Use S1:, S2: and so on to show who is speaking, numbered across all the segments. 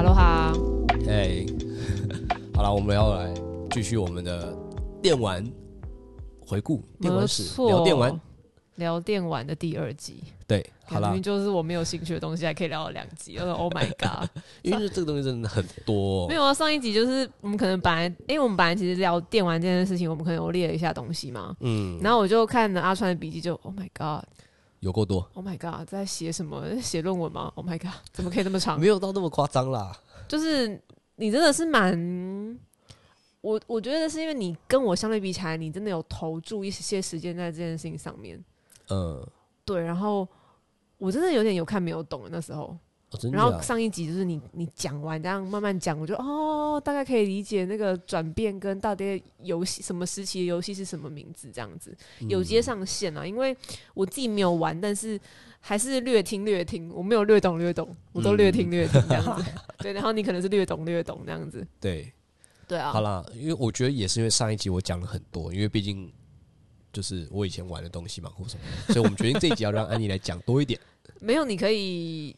S1: 了，哎我们要来继续我们的电玩回顾，电玩
S2: 没
S1: 史
S2: 错
S1: 聊电玩。
S2: 聊电玩的第二集，
S1: 对，好
S2: 感
S1: 啦
S2: 觉，就是我没有兴趣的东西，还可以聊到两集。我说 Oh my god！
S1: 因为这个东西真的很 多、
S2: 没有啊，上一集就是我们可能本来，因为我们本来其实聊电玩这件事情，我们可能有列了一下东西嘛。
S1: 嗯，
S2: 然后我就看了阿川的笔记就，Oh my God，Oh
S1: 有够多，
S2: my God，在写什么？在写论文吗？Oh my God，怎么可以那么长
S1: 没？有到那么夸张啦。
S2: 就是你真的是蛮，我我觉得是因为你跟我相对比起来，你真的有投注一些时间在这件事情上面。
S1: 嗯，
S2: 对，然后我真的有点有看没有懂那时候。
S1: 哦、真的
S2: 然
S1: 假
S2: 后
S1: 的。
S2: 上一集就是你你讲完这样慢慢讲，我就哦大概可以理解那个转变跟到底游戏什么时期的游戏是什么名字这样子，有接
S1: 嗯
S2: 上线啊。因为我自己没有玩，但是还是略听略听，我没有略懂略懂，我都略
S1: 嗯
S2: 听略听这样 子。对，然后你可能是略懂略懂这样子。
S1: 对，
S2: 对啊，
S1: 好啦，因为我觉得也是因为上一集我讲了很多，因为毕竟就是我以前玩的东西嘛，或什么，所以我们决定这一集要让安妮来讲多 一点。
S2: 没有你可以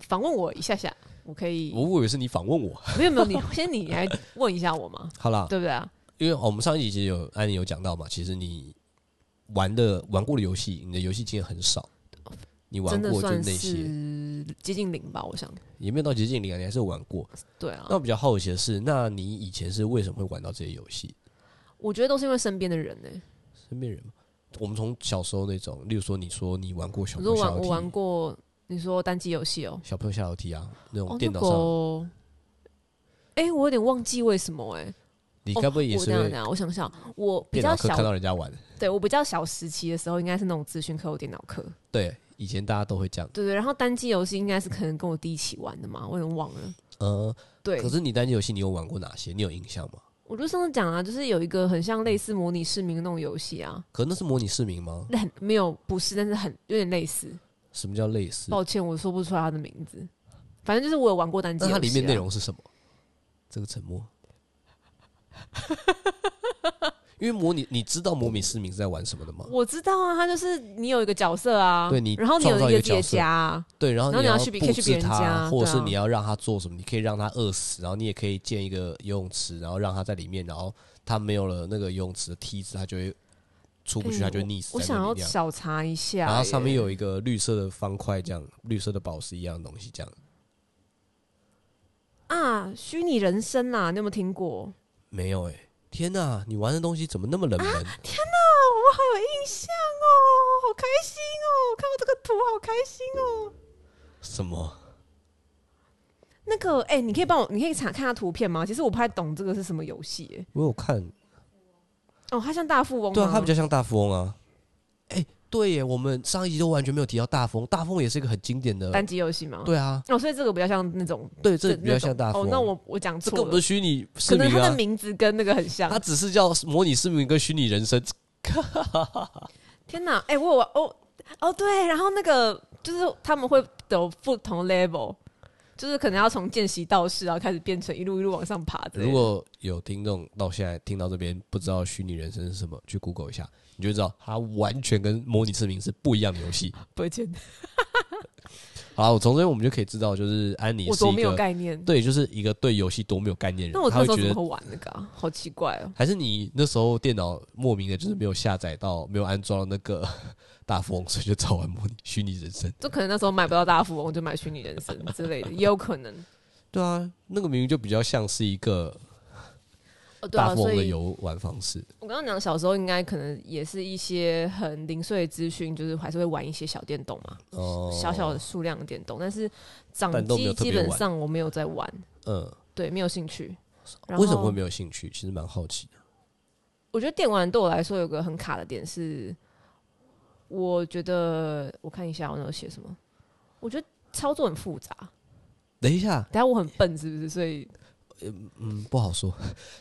S2: 访问我一下下，我可以
S1: 我以为是你访问我。
S2: 没有没有你先你来问一下我嘛，
S1: 好啦，
S2: 对不对啊？
S1: 因为哦我们上一集其实有安妮有讲到嘛，其实你玩的玩过的游戏，你的游戏经验很少，你玩
S2: 真的
S1: 过就
S2: 算
S1: 那些，
S2: 是接近零吧，我想。
S1: 也没有到极限零啊，你还是有玩过。
S2: 对啊，
S1: 那我比较好奇的是，那你以前是为什么会玩到这些游戏？
S2: 我觉得都是因为身边的人呢、
S1: 身边人嘛，我们从小时候那种，例如说你说你玩过小
S2: 我
S1: 朋
S2: 说
S1: 友
S2: 玩
S1: 下
S2: 我
S1: 楼
S2: 玩
S1: 梯，
S2: 过，你说单机游戏哦，
S1: 小朋友下楼梯啊，那
S2: 哦
S1: 种
S2: 那
S1: 电脑
S2: 个
S1: 上，
S2: 哦，哎、我有点忘记为什么哎、
S1: 你
S2: 哦
S1: 该不会也
S2: 我
S1: 是
S2: 等一下
S1: 会
S2: 等一下，我想想，我比
S1: 电
S2: 较
S1: 脑课看到
S2: 小，
S1: 人家玩？
S2: 对我比较小时期的时候，应该是那种资讯课或电脑课，
S1: 对，以前大家都会这样。
S2: 对对。然后单机游戏应该是可能跟我弟一起玩的嘛，我有点忘了。
S1: 呃，
S2: 对
S1: 可，是你单机游戏你有玩过哪些？你有印象吗？
S2: 我就上次讲啊，就是有一个很像类似模拟市民的那种游戏啊，
S1: 可那是模拟市民吗？
S2: 那很没有不是，但是很有点类似。
S1: 什么叫类似？
S2: 抱歉，我说不出来它的名字。反正就是我有玩过单机
S1: 那
S2: 游戏、
S1: 它
S2: 啊，
S1: 里面内容是什么？这个沉默。 因为模拟，你知道模拟市民是在玩什么的吗？
S2: 我知道啊，他就是你有一个角色啊，
S1: 对你
S2: 然后你有
S1: 创造一
S2: 一
S1: 个
S2: 个自己的
S1: 角色
S2: 家、啊，
S1: 对，然后
S2: 然后
S1: 你
S2: 你要去别可
S1: 布
S2: 以去别
S1: 置
S2: 人
S1: 它，
S2: 家
S1: 或者是
S2: 对啊
S1: 你要让它做什么？你可以让它饿死，然后你也可以建一个游泳池，然后让它在里面，然后它没有了那个游泳池的梯子，它就会出不去，
S2: 哎
S1: 它就会溺死
S2: 我
S1: 在
S2: 想
S1: 那
S2: 要
S1: 里那样。
S2: 小查一下耶，
S1: 然后上面有一个绿色的方块，这样绿色的宝石一样的东西，这样
S2: 啊，虚拟人生啊，你有没有听过？
S1: 没有哎、天哪，你玩的东西怎么那么冷门？
S2: 啊，我好有印象哦，好开心哦，看到这个图好开心哦。
S1: 什么？
S2: 那个，哎、你可以帮我，你可以查看下图片吗？其实我不太懂这个是什么游戏耶、
S1: 我有看
S2: 哦，它像大富翁吗，
S1: 对啊，它比较像大富翁啊。哎、对耶，我们上一集都完全没有提到大富翁，大富翁也是一个很经典的。
S2: 单机游戏吗？。
S1: 呃对啊，
S2: 哦，所以这个比较像那种，
S1: 对，这比较
S2: 那种
S1: 像大富翁。
S2: 哦，那我我讲
S1: 这
S2: 错
S1: 根
S2: 了
S1: 本不是虚拟
S2: 可
S1: 市
S2: 能
S1: 民
S2: 它的
S1: 啊，
S2: 名字跟那个很像
S1: 它。只是叫模拟市民跟虚拟人生。
S2: 天哪，哎、我有玩哦哦对，然后那个就是他们会有不同 level，就是可能要从见习道士，然后啊开始变成一路一路往上爬之类的。
S1: 如果有听众到现在听到这边不知道虚拟人生是什么，去 Google 一下，你就知道它完全跟模拟市民是不一样的游戏。
S2: 不会见，
S1: 好啦，我从这边我们就可以知道，就是安妮
S2: 我
S1: 是
S2: 多
S1: 一
S2: 没有
S1: 个
S2: 概念。
S1: 对，就是一个对游戏多没有概念的
S2: 那我
S1: 人，
S2: 那
S1: 他
S2: 时候
S1: 会
S2: 怎
S1: 觉
S2: 么
S1: 得
S2: 会玩那个、啊？好奇怪哦！
S1: 还是你那时候电脑莫名的就是没有下载到，没有安装那个 大富翁，所以就找玩模拟虚拟人生。
S2: 就可能那时候买不到大富翁，我就买虚拟人生之类 的，也有可能。
S1: 对啊，那个明明就比较像是一个
S2: 哦，对
S1: 大
S2: 啊，
S1: 富
S2: 所
S1: 翁的
S2: 以
S1: 游玩方式。
S2: 我刚刚讲小时候应该可能也是一些很零碎的资讯，就是还是会玩一些小电动嘛，
S1: 哦，
S2: 小小的数量的电动，但是掌
S1: 但都没有
S2: 机
S1: 特别
S2: 基本
S1: 玩
S2: 上我没有在玩，
S1: 嗯，
S2: 对，没有兴趣。然后
S1: 为什么会没有兴趣？其实蛮好奇的。
S2: 我觉得电玩对我来说有个很卡的点是，我觉得我看一下我那有写什么，我觉得操作很复杂。
S1: 等一下，
S2: 等下我很笨是不是？所以
S1: 嗯，不好说。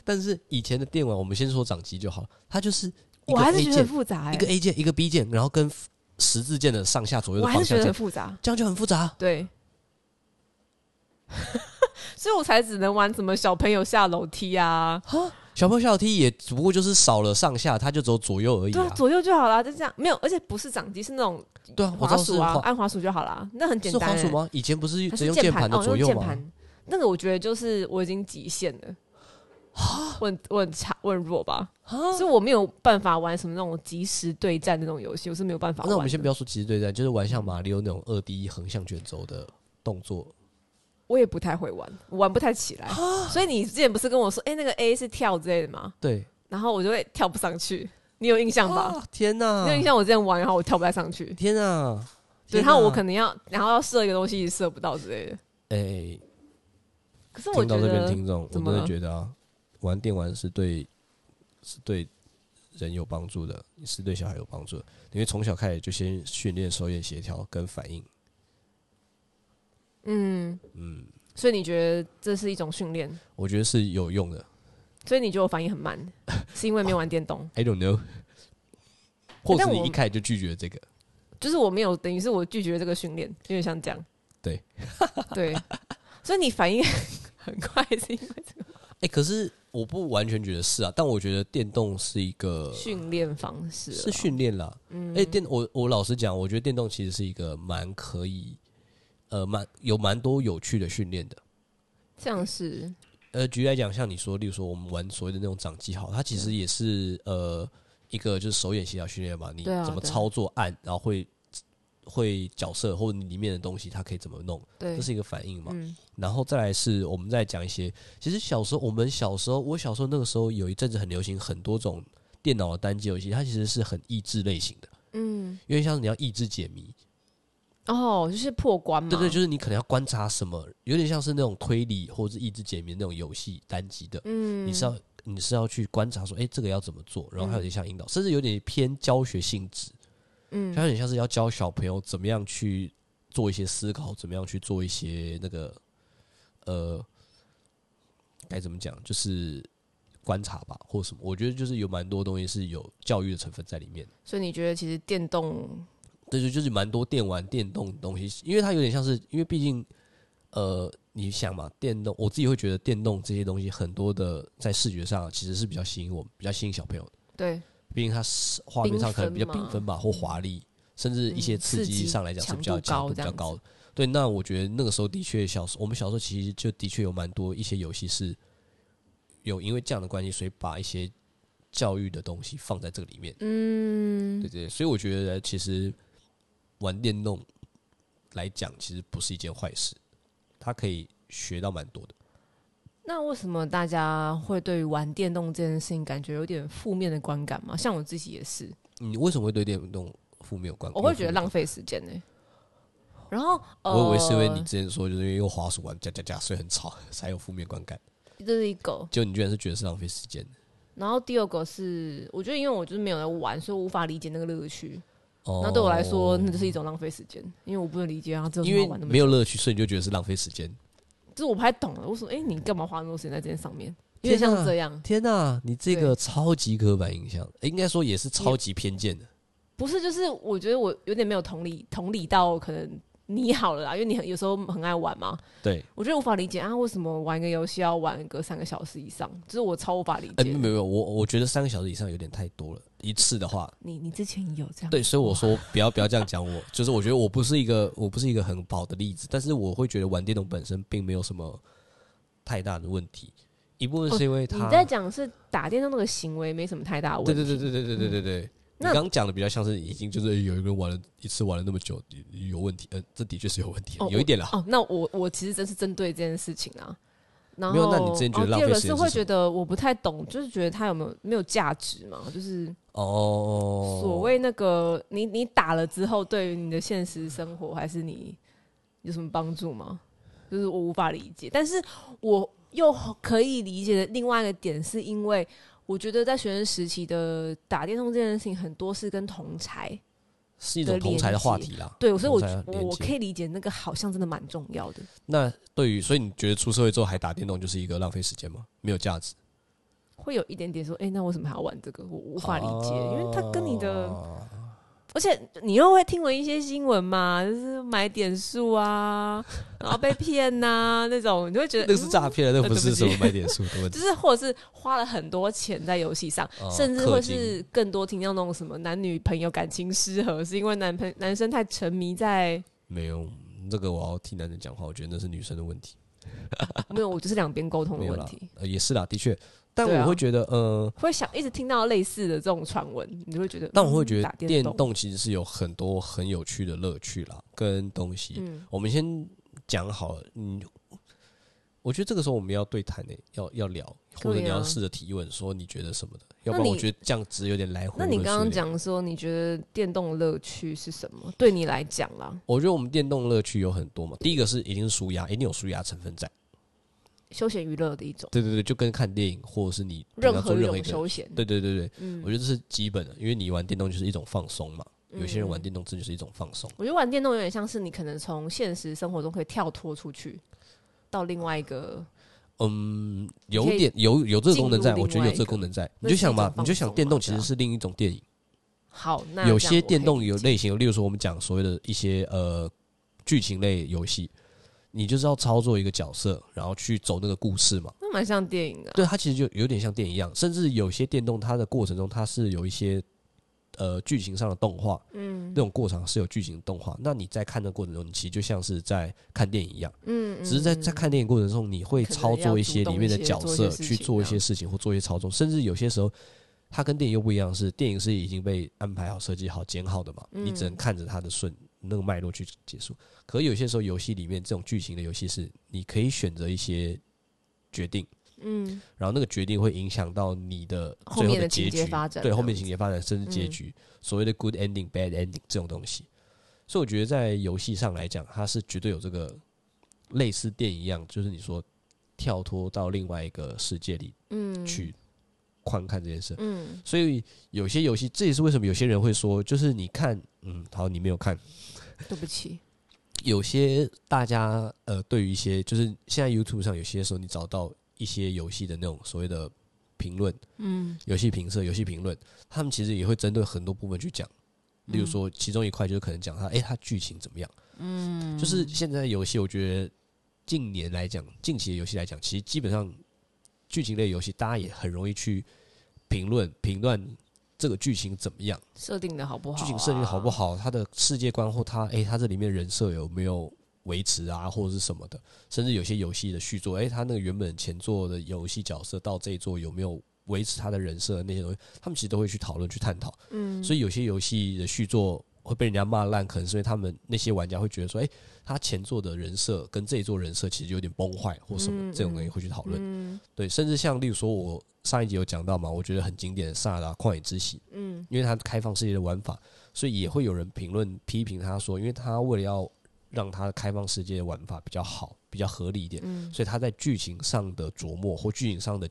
S1: 但是以前的电玩，我们先说掌机就好了，它就是一
S2: 我
S1: 个
S2: 还是
S1: A
S2: 觉得很
S1: 键，
S2: 复杂、
S1: 一
S2: 欸
S1: 个，A 键，一个 B 键，然后跟十字键的上下左右
S2: 我
S1: 的
S2: 还
S1: 方
S2: 是觉
S1: 向
S2: 得很
S1: 键，
S2: 复杂。
S1: 这样就很复杂。
S2: 对， 所以我才只能玩什么小朋友下楼梯啊，
S1: 小朋友下楼梯也只不过就是少了上下，它就只有左右而已
S2: 对啊
S1: 啊，。
S2: 左右就好啦，就这样。没有，而且不是掌机，是那种
S1: 对啊，我知
S2: 滑
S1: 道是
S2: 鼠啊，
S1: 滑
S2: 按滑鼠就好啦，那很简
S1: 是
S2: 单、
S1: 滑
S2: 欸。
S1: 鼠吗？以前不是
S2: 还
S1: 只
S2: 是
S1: 用
S2: 键
S1: 盘的
S2: 哦，
S1: 左
S2: 用
S1: 右
S2: 键
S1: 吗？
S2: 盘。那个我觉得就是我已经极限了，
S1: 啊
S2: 我很我很差，我很弱吧，所以我没有办法玩什么那种即时对战那种游戏，我是没有办法玩的。
S1: 那我们先不要说即时对战，就是玩像马里奥那种二 D 横向卷轴的动作，
S2: 我也不太会玩，我玩不太起来。
S1: 啊
S2: 所以你之前不是跟我说，哎、那个 A 是跳之类的吗？
S1: 对，
S2: 然后我就会跳不上去，你有印象吧？
S1: 啊天哪
S2: 你有，印象我之前玩，然后我跳不太上去，
S1: 天哪，
S2: 对，
S1: 天
S2: 然后
S1: 哪
S2: 我可能要，然后要射一个东西射不到之类的。
S1: 哎、
S2: 可是我
S1: 听
S2: 觉
S1: 到这边
S2: 得
S1: 听众，我
S2: 怎
S1: 真
S2: 么
S1: 的
S2: 了
S1: 觉得啊，玩电玩是对是对人有帮助的，是对小孩有帮助的，因为从小开始就先训练手眼协调跟反应。
S2: 嗯，
S1: 嗯，
S2: 所以你觉得这是一种训练，
S1: 我觉得是有用的。
S2: 所以你觉得我反应很 慢，是因为没有玩电动，
S1: I don't know，或者
S2: 但
S1: 是
S2: 我
S1: 你一开始就拒绝这个。
S2: 就是我没有，等于是我拒绝这个训练，有点像这样。
S1: 对，
S2: 对，所以你反应很快，是因为这个
S1: 哎、可是我不完全觉得是啊，但我觉得电动是一个
S2: 训练方式
S1: 是
S2: 啦
S1: 训练啦。
S2: 嗯
S1: 哎、电我我老实讲，我觉得电动其实是一个蛮可以，呃，蛮有蛮多有趣的训练的。
S2: 像是
S1: 呃，举例来讲，像你说，例如说我们玩所谓的那种掌机好，它其实也是呃一个就是手眼协调训练嘛，你
S2: 对啊
S1: 怎么
S2: 对啊
S1: 操作按，然后会会角色或者你里面的东西它可以怎么弄，
S2: 对
S1: 这，是一个反应嘛。
S2: 嗯
S1: 然后再来是我们再讲一些，其实小时候我们小时候，我小时候那个时候有一阵子很流行很多种电脑的单机游戏，它其实是很益智类型的，
S2: 嗯，
S1: 因为像是你要益智解谜，
S2: 哦，就是破关嘛，
S1: 对对，就是你可能要观察什么，有点像是那种推理或者是益智解谜那种游戏单机的，
S2: 嗯，
S1: 你是要你是要去观察说，哎、这个要怎么做，然后还有点像引导，甚至有点偏教学性质，
S2: 嗯
S1: 就有点像是要教小朋友怎么样去做一些思考，怎么样去做一些那个呃，该怎么讲，就是观察吧，或什么。我觉得就是有蛮多东西是有教育的成分在里面。
S2: 所以你觉得其实电动，
S1: 对，就就是蛮多电玩、电动的东西，因为它有点像是，因为毕竟，呃，你想嘛，电动，我自己会觉得电动这些东西很多的在视觉上其实是比较吸引我们，比较吸引小朋友的，
S2: 对
S1: 毕竟它是画面上可能比较缤纷吧，或华丽，甚至一些
S2: 嗯
S1: 刺
S2: 刺激
S1: 激上来讲是比较
S2: 强
S1: 强
S2: 度高
S1: 度比较高的。对，那我觉得那个时候的确小时，我们小时候其实就的确有蛮多一些游戏是有因为这样的关系，所以把一些教育的东西放在这个里面。
S2: 嗯，
S1: 对对，所以我觉得其实玩电动来讲，其实不是一件坏事，它可以学到蛮多的。
S2: 那为什么大家会对于玩电动这件事情感觉有点负面的观感吗？像我自己也是，
S1: 你为什么会对电动负面有关？
S2: 我会觉得浪费时间呢、欸然后，呃，
S1: 我以为是因为你之前说，就是因为用滑鼠玩加加加，所以很吵， 才有负面观感。
S2: 这是一个，
S1: 结果你居然是觉得是浪费时间
S2: 然后第二个是，我觉得因为我就是没有在玩，所以我无法理解那个乐趣。
S1: 哦。
S2: 那对我来说，那就是一种浪费时间，因为我不能理解啊，这有
S1: 因
S2: 什么
S1: 为
S2: 好玩的？
S1: 没有乐趣，所以你就觉得是浪费时间。
S2: 就是我不太懂了，为什么？哎、你干嘛花那么多时间在这件上面？有
S1: 天
S2: 点
S1: 啊
S2: 像这样，
S1: 天哪、你这个超级刻板印象，诶应该说也是超级偏见的。
S2: 不是，就是我觉得我有点没有同理，同理到可能你好了啦，因为你很有时候很爱玩嘛，
S1: 对，
S2: 我觉得无法理解啊，为什么玩一个游戏要玩个三个小时以上？就是我超无法理解
S1: 哎、
S2: 的。
S1: 没有没有，我我觉得三个小时以上有点太多了，一次的话，
S2: 你你之前也有这样
S1: 对，所以我说不要不要这样讲我，就是我觉得我不是一个我不是一个很好的例子，但是我会觉得玩电动本身并没有什么太大的问题，一部分是因为
S2: 哦你
S1: 它，
S2: 在讲是打电动那个行为没什么太大问题，嗯
S1: 对对对对对对对对对，你
S2: 那
S1: 刚刚讲的比较像是已经就是有一个人玩了一次玩了那么久有问题，呃，这的确是有问题，
S2: 哦
S1: 有一点啦，
S2: 哦，那我我其实真是针对这件事情啊。然后，
S1: 没有那你之前觉得
S2: 哦
S1: 浪
S2: 第
S1: 费
S2: 二个
S1: 时间
S2: 是
S1: 是
S2: 会
S1: 什
S2: 觉得我不太懂，就是觉得它有没有没有价值嘛？就是
S1: 哦，
S2: 所谓那个你你打了之后，对于你的现实生活还是你有什么帮助吗？就是我无法理解，但是我又可以理解的另外一个点，是因为我觉得在学生时期的打电动这件事情，很多是跟同才
S1: 是一种同才的话题啦，
S2: 对，所以我
S1: 同才
S2: 我我
S1: 连接
S2: 可以理解那个好像真的蛮重要的。
S1: 那对于所以你觉得出社会之后还打电动就是一个浪费时间吗？没有价值，
S2: 会有一点点说，哎、那为什么还要玩这个？我无法理解，因为它跟你的，
S1: 哦
S2: 而且你又会听闻一些新闻嘛，就是买点数啊，然后被骗呐、那种，你就会觉
S1: 那
S2: 得
S1: 个是诈骗的，那
S2: 呃
S1: 不
S2: 对
S1: 是
S2: 不
S1: 什么
S2: 起
S1: 买点数的问
S2: 嗯
S1: 题
S2: 就。是或者是花了很多钱在游戏上，
S1: 哦
S2: 甚至会
S1: 氪金
S2: 是更多听到那种什么男女朋友感情失和，是因为男朋男生太沉迷在，
S1: 没有，这个我要替男人讲话，我觉得那是女生的问题，
S2: 没有，我就是两边沟通
S1: 没
S2: 的
S1: 有
S2: 问
S1: 啦
S2: 题。，
S1: 呃，也是啦，的确，但
S2: 对啊
S1: 我会觉得，呃，
S2: 会想一直听到类似的这种传闻，你就会觉得。
S1: 但我会
S2: 嗯
S1: 觉
S2: 打
S1: 得电
S2: 电，
S1: 动其实是有很多很有趣的乐趣啦，跟东西。
S2: 嗯，
S1: 我们先讲好了，你，我觉得这个时候我们要对谈的、欸要要聊，或者
S2: 对啊
S1: 你要试着提问，说你觉得什么的，要
S2: 那
S1: 不然我
S2: 你
S1: 觉得这样子有点来回。
S2: 那你
S1: 会
S2: 刚
S1: 是有
S2: 刚
S1: 点，
S2: 讲说，你觉得电动乐趣是什么？对你来讲啦，
S1: 我觉得我们电动乐趣有很多嘛，第一个是一定是舒压，一定有舒压成分在。
S2: 休闲娱乐的一种，
S1: 对对对，就跟看电影或者是你平
S2: 任
S1: 常
S2: 何
S1: 做
S2: 一
S1: 任何
S2: 种
S1: 一个
S2: 休闲。
S1: 对对对对，
S2: 嗯
S1: 我觉得这是基本的，因为你玩电动就是一种放松嘛。有些人玩
S2: 嗯
S1: 电动真的是一种放松，
S2: 我觉得玩电动有点像是你可能从现实生活中可以跳脱出去，到另外一个，
S1: 嗯，有
S2: 可以
S1: 点有有这个功能在，
S2: 进入
S1: 我觉得有
S2: 另外一
S1: 这个
S2: 个
S1: 功能在。你
S2: 那
S1: 就是想
S2: 一种
S1: 嘛，你就
S2: 放
S1: 想
S2: 松
S1: 电
S2: 嘛
S1: 动
S2: 对
S1: 其实
S2: 啊
S1: 是另一种电影，
S2: 好，那
S1: 有
S2: 这样我
S1: 些电
S2: 可以
S1: 动有
S2: 理解
S1: 类型，例如说我们讲所谓的一些呃剧情类游戏，你就是要操作一个角色，然后去走那个故事嘛。
S2: 那蛮像电影的啊、
S1: 对，它其实就有点像电影一样，甚至有些电动它的过程中它是有一些呃剧情上的动画，
S2: 嗯
S1: 那种过场是有剧情的动画。那你在看的过程中，你其实就像是在看电影一样，
S2: 嗯，
S1: 只是在
S2: 嗯
S1: 在看电影过程中，你会
S2: 可能
S1: 操
S2: 要
S1: 作一些
S2: 主动
S1: 里面的
S2: 一些
S1: 角
S2: 做一
S1: 色
S2: 些事
S1: 去
S2: 情
S1: 做一
S2: 这
S1: 些
S2: 样
S1: 事情或做一些操纵，甚至有些时候。它跟电影又不一样，是电影是已经被安排好、设计好、剪好的嘛，你只能
S2: 嗯
S1: 看着它的顺那个脉络去结束。可有些时候，游戏里面这种剧情的游戏是你可以选择一些决定，
S2: 嗯
S1: 然后那个决定会影响到你的
S2: 后
S1: 最后
S2: 面的情
S1: 结
S2: 节
S1: 局
S2: 发展
S1: 对
S2: 这
S1: 后面
S2: 样
S1: 情节发展甚至结
S2: 嗯
S1: 局，所谓的 good ending、bad ending 这种东西。所以我觉得在游戏上来讲，它是绝对有这个类似电影一样，就是你说跳脱到另外一个世界里
S2: 嗯
S1: 去观看这件事。
S2: 嗯
S1: 所以有些游戏，这也是为什么有些人会说，就是你看，嗯，好，你没有看，
S2: 对不起
S1: 有些大家呃，对于一些就是现在 YouTube 上有些时候你找到一些游戏的那种所谓的评论，
S2: 嗯
S1: 游戏评测、游戏评论，他们其实也会针对很多部分去讲。例如说，其中一块就是可能讲它，诶，它剧情怎么样？嗯，就是现在游戏，我觉得近年来讲，近期的游戏来讲，其实基本上剧情类游戏，大家也很容易去评论、评断这个剧情怎么样，
S2: 设定的好不好、啊
S1: 剧情设定好不
S2: 好？
S1: 好，它的世界观或它，诶，它这里面人设有没有维持啊，或者是什么的，甚至有些游戏的续作，诶，它那个原本前作的游戏角色到这一作有没有维持他的人设那些东西，他们其实都会去讨论、去探讨。
S2: 嗯，
S1: 所以有些游戏的续作会被人家骂烂，可能是因为他们那些玩家会觉得说，哎、他前作的人设跟这一作人设其实有点崩坏或什么，
S2: 嗯
S1: 这种东西会去讨论。
S2: 嗯
S1: 对，甚至像例如说，我上一集有讲到嘛，我觉得很经典的《萨达旷野之息》，
S2: 嗯
S1: 因为它开放世界的玩法，所以也会有人评论批评他说，因为他为了要让他开放世界的玩法比较好、比较合理一点，
S2: 嗯，
S1: 所以他在剧情上的琢磨或剧情上的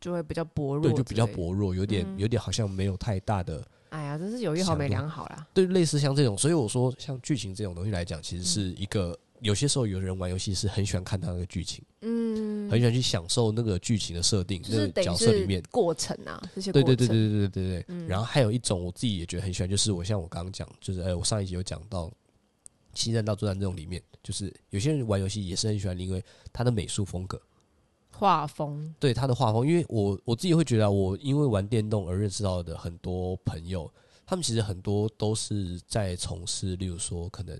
S2: 就会比较薄弱，
S1: 对就比较。薄弱，有点
S2: 嗯
S1: 有点好像没有太大的
S2: 哎呀，真是有一好没两好啦。
S1: 对，类似像这种，所以我说像剧情这种东西来讲，其实是一个、有些时候有人玩游戏是很喜欢看他那个剧情，
S2: 嗯，
S1: 很喜欢去享受那个剧情的设定，
S2: 就
S1: 那
S2: 是
S1: 个
S2: 等
S1: 角
S2: 于
S1: 色里面
S2: 是。过程啊，这些
S1: 对
S2: 过
S1: 对对
S2: 程
S1: 对对对对对。
S2: 嗯
S1: 然后还有一种我自己也觉得很喜欢，就是我像我刚刚讲，就是呃，我上一集有讲到《星战到作战》这种里面，就是有些人玩游戏也是很喜欢，因为他的美术风格，
S2: 画风，
S1: 对他的画风，因为我我自己会觉得啊，我因为玩电动而认识到的很多朋友，他们其实很多都是在从事，例如说可能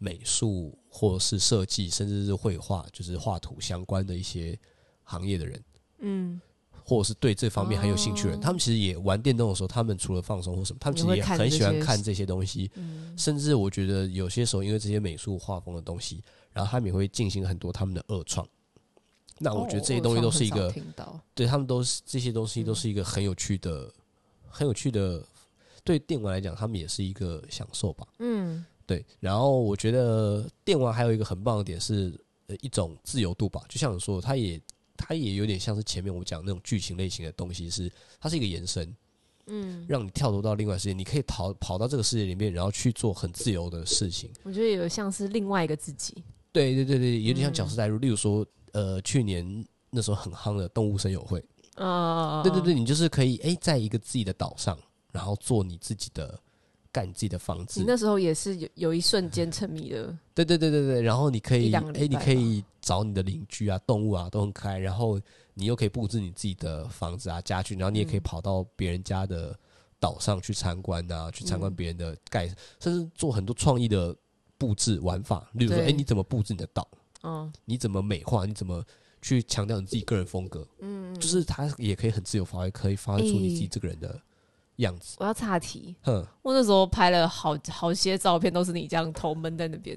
S1: 美术或是设计，甚至是绘画，就是画图相关的一些行业的人，
S2: 嗯，
S1: 或者是对这方面很有兴趣的人。
S2: 哦
S1: 他们其实也玩电动的时候，他们除了放松或什么，他们其
S2: 也
S1: 实
S2: 会
S1: 也
S2: 看
S1: 很喜欢
S2: 这些
S1: 看这些东西。
S2: 嗯
S1: 甚至我觉得有些时候，因为这些美术画风的东西，然后他们也会进行很多他们的二创。那我觉得这些东西都是一
S2: 哦
S1: 个
S2: 我好像很少听到，
S1: 对他们都是这些东西都是一个很有趣的、很有趣的，对电玩来讲，他们也是一个享受吧。
S2: 嗯
S1: 对，然后我觉得电玩还有一个很棒的点是，呃，一种自由度吧。就像你说的，它也它也有点像是前面我讲那种剧情类型的东西是，它是一个延伸，
S2: 嗯，
S1: 让你跳脱到另外世界，你可以逃跑到这个世界里面，然后去做很自由的事情。
S2: 我觉得有像是另外一个自己，
S1: 对对对对，有
S2: 嗯
S1: 点像角色代入。例如说，呃，去年那时候很夯的《动物森友会》。
S2: 呃，
S1: 对对对，，你就是可以诶，在一个自己的岛上，然后做你自己的，盖你自己的房
S2: 你
S1: 子。
S2: 那时候也是有有一瞬间沉迷的，
S1: 对对对对对，然后你可
S2: 一
S1: 以
S2: 两个
S1: 诶，
S2: 礼
S1: 你
S2: 拜
S1: 可以找你的邻居啊、动物啊都很可爱，然后你又可以布置你自己的房子啊、家具，然后你也可以
S2: 嗯
S1: 跑到别人家的岛上去参观啊，去参观
S2: 嗯
S1: 别人的盖，甚至做很多创意的布置玩法，例如说
S2: 对
S1: 诶，你怎么布置你的岛？
S2: 嗯，
S1: 你怎么美化，你怎么去强调你自己个人风格，嗯，就是他也可以很自由发挥，可以发挥出你自己这个人的样子。
S2: 我要岔题，
S1: 哼，
S2: 我那时候拍了好好些照片，都是你这样头闷在那 边，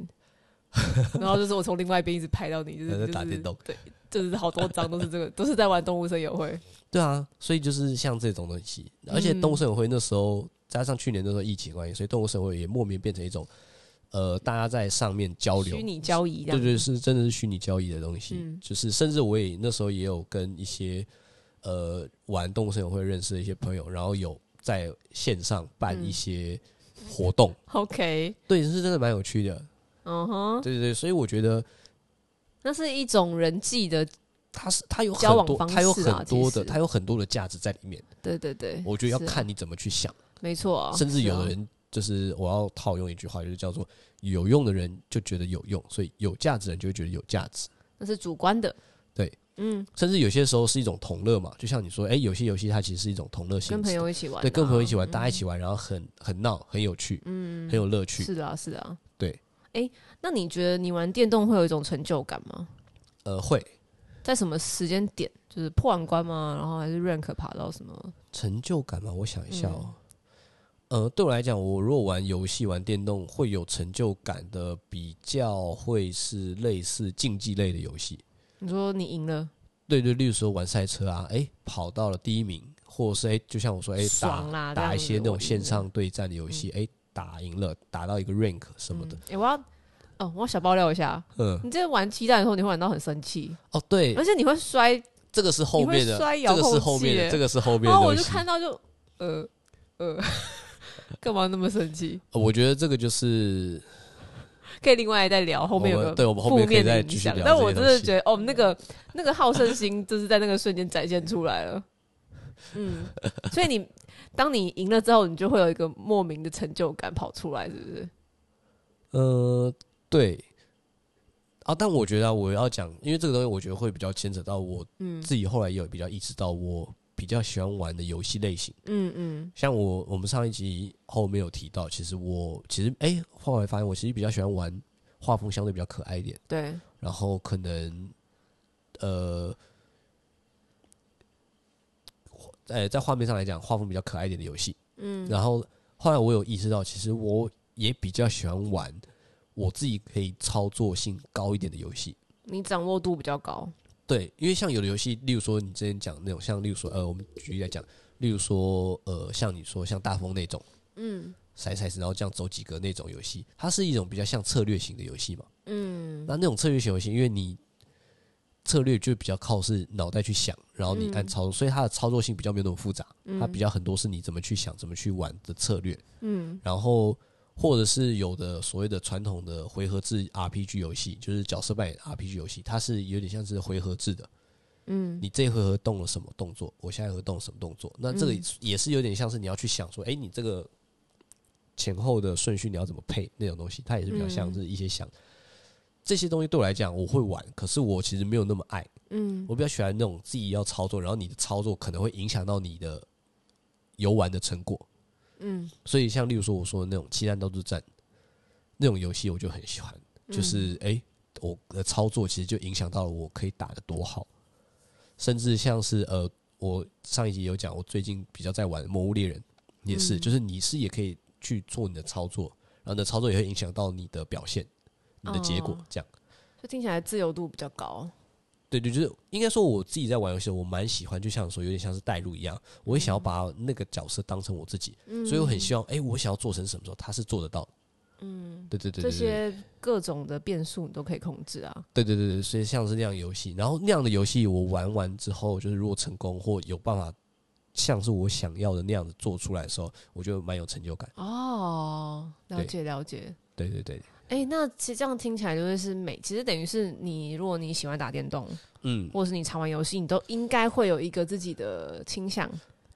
S2: 然后就是我从另外一边一直拍到你，就
S1: 还
S2: 是
S1: 在打电，动。
S2: 就是就是好多张都是这个，都是在玩动物森友会。
S1: 对啊，所以就是像这种东西，而
S2: 嗯
S1: 且动物森友会那时候加上去年那时候疫情关系，所以动物森友会也莫名变成一种，呃，大家在上面交流
S2: 虚，拟交易这
S1: 对
S2: 样。
S1: 对，是真的是虚拟交易的东西。
S2: 嗯
S1: 就是甚至我也那时候也有跟一些呃玩动物森友会认识的一些朋友，然后有在线上办
S2: 嗯
S1: 一些活动，
S2: OK，
S1: 对，是真的蛮有趣的。
S2: 嗯哼，
S1: 对对对，所以我觉得
S2: 那是一种人际的，
S1: 它是它有
S2: 交
S1: 很
S2: 往
S1: 多，
S2: 方
S1: 它有
S2: 式啊
S1: 很多
S2: 其
S1: 的，
S2: 实
S1: 它有很多的价值在里面。
S2: 对对对，
S1: 我觉得要
S2: 是啊，
S1: 看你怎么去想。
S2: 没错啊，
S1: 甚至
S2: 是啊
S1: 有的人就是我要套用一句话，就是叫做有用的人就觉得有用，所以有价值的人就会觉得有价值。
S2: 那是主观的，
S1: 对，
S2: 嗯，
S1: 甚至有些时候是一种同乐嘛，就像你说，哎、有些游戏它其实是一种同乐性质，
S2: 跟朋友一起玩啊，
S1: 对，跟朋友一起玩，大家一
S2: 起，
S1: 起玩，然后很很闹，很有趣，
S2: 嗯
S1: 很，有乐趣。
S2: 是的啊，是的啊，
S1: 对。
S2: 哎，那你觉得你玩电动会有一种成就感吗？
S1: 呃，会
S2: 在什么时间点？就是破完关吗？然后还是 rank 爬到什么？
S1: 成就感吗？我想一下
S2: 嗯
S1: 哦。呃，对我来讲，我如果玩游戏、玩电动，会有成就感的，比较会是类似竞技类的游戏。
S2: 你说你赢了，
S1: 对对，例如说玩赛车啊，哎、跑到了第一名，或者是哎、就像我说，哎、
S2: 爽
S1: 打
S2: 啦这
S1: 打
S2: 样
S1: 一
S2: 子嗯
S1: 些那
S2: 我
S1: 种
S2: 赢
S1: 线
S2: 了
S1: 上对战的游戏，哎、打赢了，打到一个 rank 什么的，
S2: 哎、我要哦，我要小爆料一下，
S1: 嗯，
S2: 你这玩鸡蛋的时候，你会玩到很生气，
S1: 哦，对
S2: 而，且你会摔，
S1: 这个是
S2: 嗯
S1: 后
S2: 你会
S1: 面的，
S2: 摔
S1: 这
S2: 遥
S1: 个
S2: 控
S1: 是后
S2: 器
S1: 面
S2: 耶
S1: 的，这个是后面
S2: 然
S1: 的
S2: 后欸哦我
S1: 东
S2: 就
S1: 西。
S2: 看到就呃呃， 干嘛那么生气？
S1: 呃我觉得这个就是
S2: 可以另外再聊，后面有
S1: 我们
S2: 个
S1: 哦对我们后
S2: 负
S1: 面可以
S2: 面的
S1: 再
S2: 影
S1: 继续
S2: 响
S1: 聊
S2: 但
S1: 这
S2: 我
S1: 些
S2: 真
S1: 东
S2: 的
S1: 西
S2: 觉得，哦，那个那个好胜心就是在那个瞬间展现出来了。嗯， 所以你当你赢了之后，你就会有一个莫名的成就感跑出来，是不是？
S1: 呃，对。啊，但我觉得啊、我要讲，因为这个东西我觉得会比较牵扯到我
S2: 嗯
S1: 自己后来也有比较意识到我比较喜欢玩的游戏类型。
S2: 嗯嗯，
S1: 像我我们上一集后面有提到，其实我其实哎、后来发现我其实比较喜欢玩画风相对比较可爱一点，
S2: 对，
S1: 然后可能呃。呃，在画面上来讲，画风比较可爱一点的游戏。
S2: 嗯
S1: 然后后来我有意识到，其实我也比较喜欢玩我自己可以操作性高一点的游戏。
S2: 你掌握度比较高。
S1: 对，因为像有的游戏，例如说你之前讲那种，像例如说呃，我们举例来讲，例如说呃，像你说像大风那种，
S2: 嗯
S1: 骰骰子，然后这样走几个那种游戏，它是一种比较像策略型的游戏嘛。
S2: 嗯
S1: 那那种策略型游戏，因为你策略就比较靠是脑袋去想，然后你
S2: 嗯
S1: 按操作，所以它的操作性比较没有那么复杂，它比较很多是你怎么去想、怎么去玩的策略。
S2: 嗯
S1: 然后或者是有的所谓的传统的回合制 RPG 游戏，就是角色扮演 RPG 游戏，它是有点像是回合制的。
S2: 嗯
S1: 你这一回合动了什么动作，我下一回合动了什么动作，那这个
S2: 嗯
S1: 也是有点像是你要去想说，哎、你这个前后的顺序你要怎么配那种东西，它也是比较像是一些想。这些东西对我来讲，我会玩，可是我其实没有那么爱，
S2: 嗯，
S1: 我比较喜欢那种自己要操作，然后你的操作可能会影响到你的游玩的成果。
S2: 嗯，
S1: 所以像例如说我说的那种《七战斗之战》那种游戏，我就很喜欢，
S2: 嗯
S1: 就是哎、诶我的操作其实就影响到了我可以打的多好，甚至像是呃，我上一集有讲，我最近比较在玩《魔物猎人》，也是，
S2: 嗯
S1: 就是你是也可以去做你的操作，然后你的操作也会影响到你的表现、你的结果
S2: 哦，
S1: 这样。
S2: 就听起来自由度比较高。
S1: 对对，就是应该说我自己在玩游戏的时候，我蛮喜欢，就像说有点像是代入一样，我会想
S2: 嗯
S1: 要把那个角色当成我自己，所以我很希望，哎、我想要做成什么时候，他是做得到。嗯，对对对
S2: 这
S1: 对对
S2: 些各种的变数你都可以控制啊。
S1: 对对对对，所以像是那样的游戏，然后那样的游戏我玩完之后，就是如果成功或有办法像是我想要的那样子做出来的时候，我觉得蛮有成就感。
S2: 哦，了
S1: 对
S2: 解了解。
S1: 对对对，
S2: 哎、那其实这样听起来就会是每，其实等于是你，如果你喜欢打电动，
S1: 嗯，
S2: 或者是你常玩游戏，你都应该会有一个自己的倾向。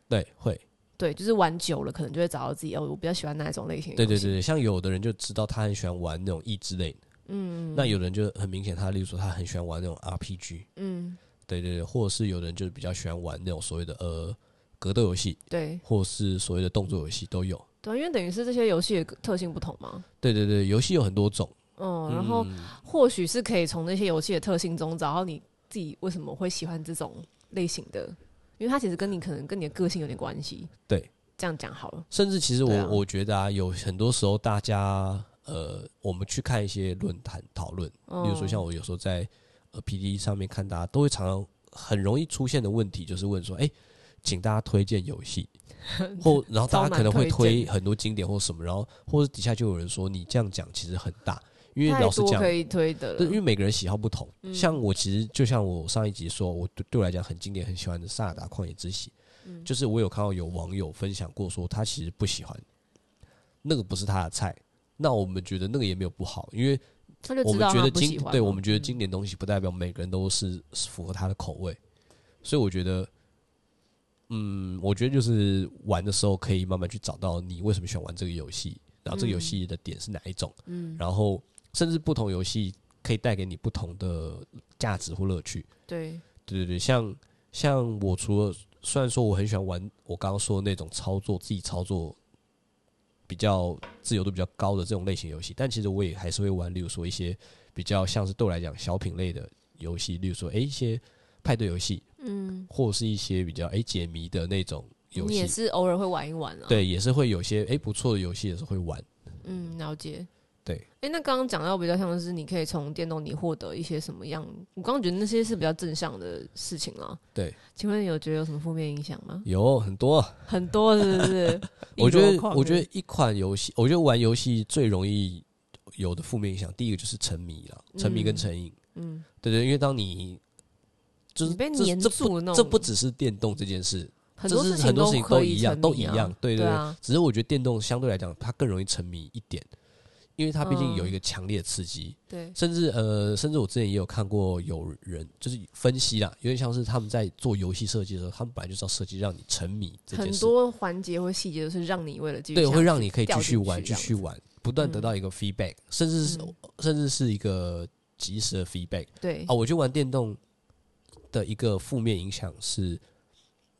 S1: 对，会，
S2: 对，就是玩久了，可能就会找到自己哦，我比较喜欢哪一种类型的
S1: 对
S2: 游
S1: 对
S2: 戏。
S1: 对对，像有的人就知道他很喜欢玩那种益智类的，
S2: 嗯，
S1: 那有的人就很明显，他例如说他很喜欢玩那种 RPG，
S2: 嗯，
S1: 对对对，或者是有人就是比较喜欢玩那种所谓的呃格斗游戏，
S2: 对
S1: 或是所谓的动作游戏都有。
S2: 对，因为等于是这些游戏的特性不同嘛。
S1: 对对对，游戏有很多种，
S2: 嗯，然后
S1: 嗯
S2: 或许是可以从那些游戏的特性中找到你自己为什么会喜欢这种类型的，因为它其实跟你可能跟你的个性有点关系。
S1: 对，
S2: 这样讲好了。
S1: 甚至其实我、
S2: 对啊
S1: 我觉得啊，有很多时候大家呃，我们去看一些论坛讨论，
S2: 嗯
S1: 比如说像我有时候在呃 P D 上面看大家，都会常常很容易出现的问题，就是问说，哎、请大家推荐游戏， 或然后大家可能会
S2: 招满推
S1: 推很多经典或什么，然后或者底下就有人说你这样讲其实很大，因为
S2: 太
S1: 老实
S2: 多
S1: 讲，
S2: 可以推的
S1: 对，因为
S2: 了。
S1: 每个人喜好不同。像我其实就像我上一集说，我对对我来讲很经典、很喜欢的《萨尔达旷野之息》，就是我有看到有网友分享过说他其实不喜欢，那个不是他的菜。那我们觉得那个也没有不好，因为
S2: 他就知
S1: 我们
S2: 道
S1: 觉
S2: 他
S1: 得
S2: 不
S1: 经
S2: 喜欢嘛。嗯
S1: 对我们觉得经典东西不代表每个人都是是符合他的口味，所以我觉得，嗯，我觉得就是玩的时候可以慢慢去找到你为什么喜欢玩这个游戏，然后这
S2: 嗯
S1: 个游戏的点是哪一种，嗯，然后甚至不同游戏可以带给你不同的价值或乐趣，
S2: 对，
S1: 对对对，像像我除了虽然说我很喜欢玩我刚刚说的那种操作自己操作比较自由度比较高的这种类型游戏，但其实我也还是会玩，例如说一些比较像是对我来讲小品类的游戏，例如说诶、一些派对游戏，
S2: 嗯，
S1: 或是一些比较诶、解谜的那种游
S2: 你也
S1: 戏，
S2: 是偶尔会玩一玩啊。，
S1: 对，也是会有些诶、不错的游戏也是会玩，
S2: 嗯，了解。
S1: 对，
S2: 哎、那刚刚讲到比较像是你可以从电动里获得一些什么样？我刚刚觉得那些是比较正向的事情啊。
S1: 对，
S2: 请问有觉得有什么负面影响吗？
S1: 有很多。？
S2: 很多是不是
S1: 我觉
S2: 一箩
S1: 得，
S2: 筐
S1: 我觉得一款游戏，我觉得玩游戏最容易有的负面影响，第一个就是沉迷了，沉迷跟成瘾。
S2: 嗯，
S1: 对对，因为当你就是
S2: 你被
S1: 这
S2: 黏
S1: 这
S2: 住
S1: 不
S2: 那种
S1: 这不只是电动这件事，
S2: 很
S1: 这
S2: 多
S1: 是
S2: 事
S1: 很多事情
S2: 可以
S1: 一样，
S2: 沉
S1: 都
S2: 迷
S1: 一
S2: 啊
S1: 样。对
S2: 对
S1: 对，
S2: 啊，
S1: 只是我觉得电动相对来讲，它更容易沉迷一点，因为它毕竟
S2: 嗯
S1: 有一个强烈的刺激。
S2: 对，
S1: 甚至呃，甚至我之前也有看过有人就是分析啦，有点像是他们在做游戏设计的时候，他们本来就是要设计让你沉迷这件
S2: 很
S1: 事。
S2: 多环节或细节都是让你为了继续
S1: 对，
S2: 下
S1: 会让你可以
S2: 掉
S1: 继
S2: 进
S1: 续玩，
S2: 去
S1: 继
S2: 这样
S1: 续玩，不断得
S2: 嗯
S1: 到一个 feedback，、甚至是、
S2: 嗯
S1: 甚至是一个及时的 feedback
S2: 对
S1: 啊。我觉得玩电动的一个负面影响是，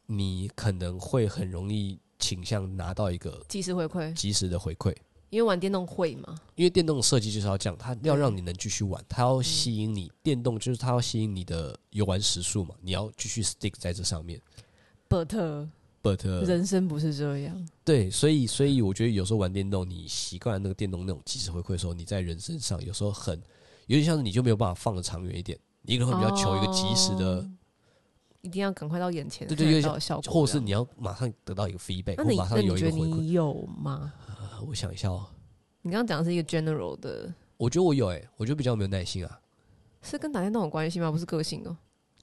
S1: 你可能会很容易倾向拿到一个
S2: 及时回馈，
S1: 及时的回馈，
S2: 因为玩电动会嘛，
S1: 因为电动的设计就是要这样，它要让你能继续玩，它要
S2: 嗯
S1: 吸引你。电动就是它要吸引你的游玩时数嘛，你要继续 stick 在这上面。
S2: but
S1: But 呃
S2: 人生不是这样，
S1: 对，所以所以我觉得有时候玩电动，你习惯了那个电动那种即时回馈的时候，你在人身上有时候很有点像是你就没有办法放得长远一点，你可能会比较求一个及时的，
S2: 哦一定要赶快到眼前
S1: 对
S2: 看
S1: 对
S2: 得
S1: 有
S2: 到的效果，
S1: 或者是你要马上得到一个 feedback，
S2: 这
S1: 或
S2: 样。
S1: 马
S2: 那
S1: 上
S2: 你那
S1: 有
S2: 你
S1: 一
S2: 觉
S1: 个
S2: 得
S1: 回馈。
S2: 你有吗？
S1: 呃我想一下哦，
S2: 你刚刚讲的是一个 general 的，
S1: 我觉得我有诶、欸我觉得比较没有耐心啊，
S2: 是跟打电动有关系吗？不是个性哦、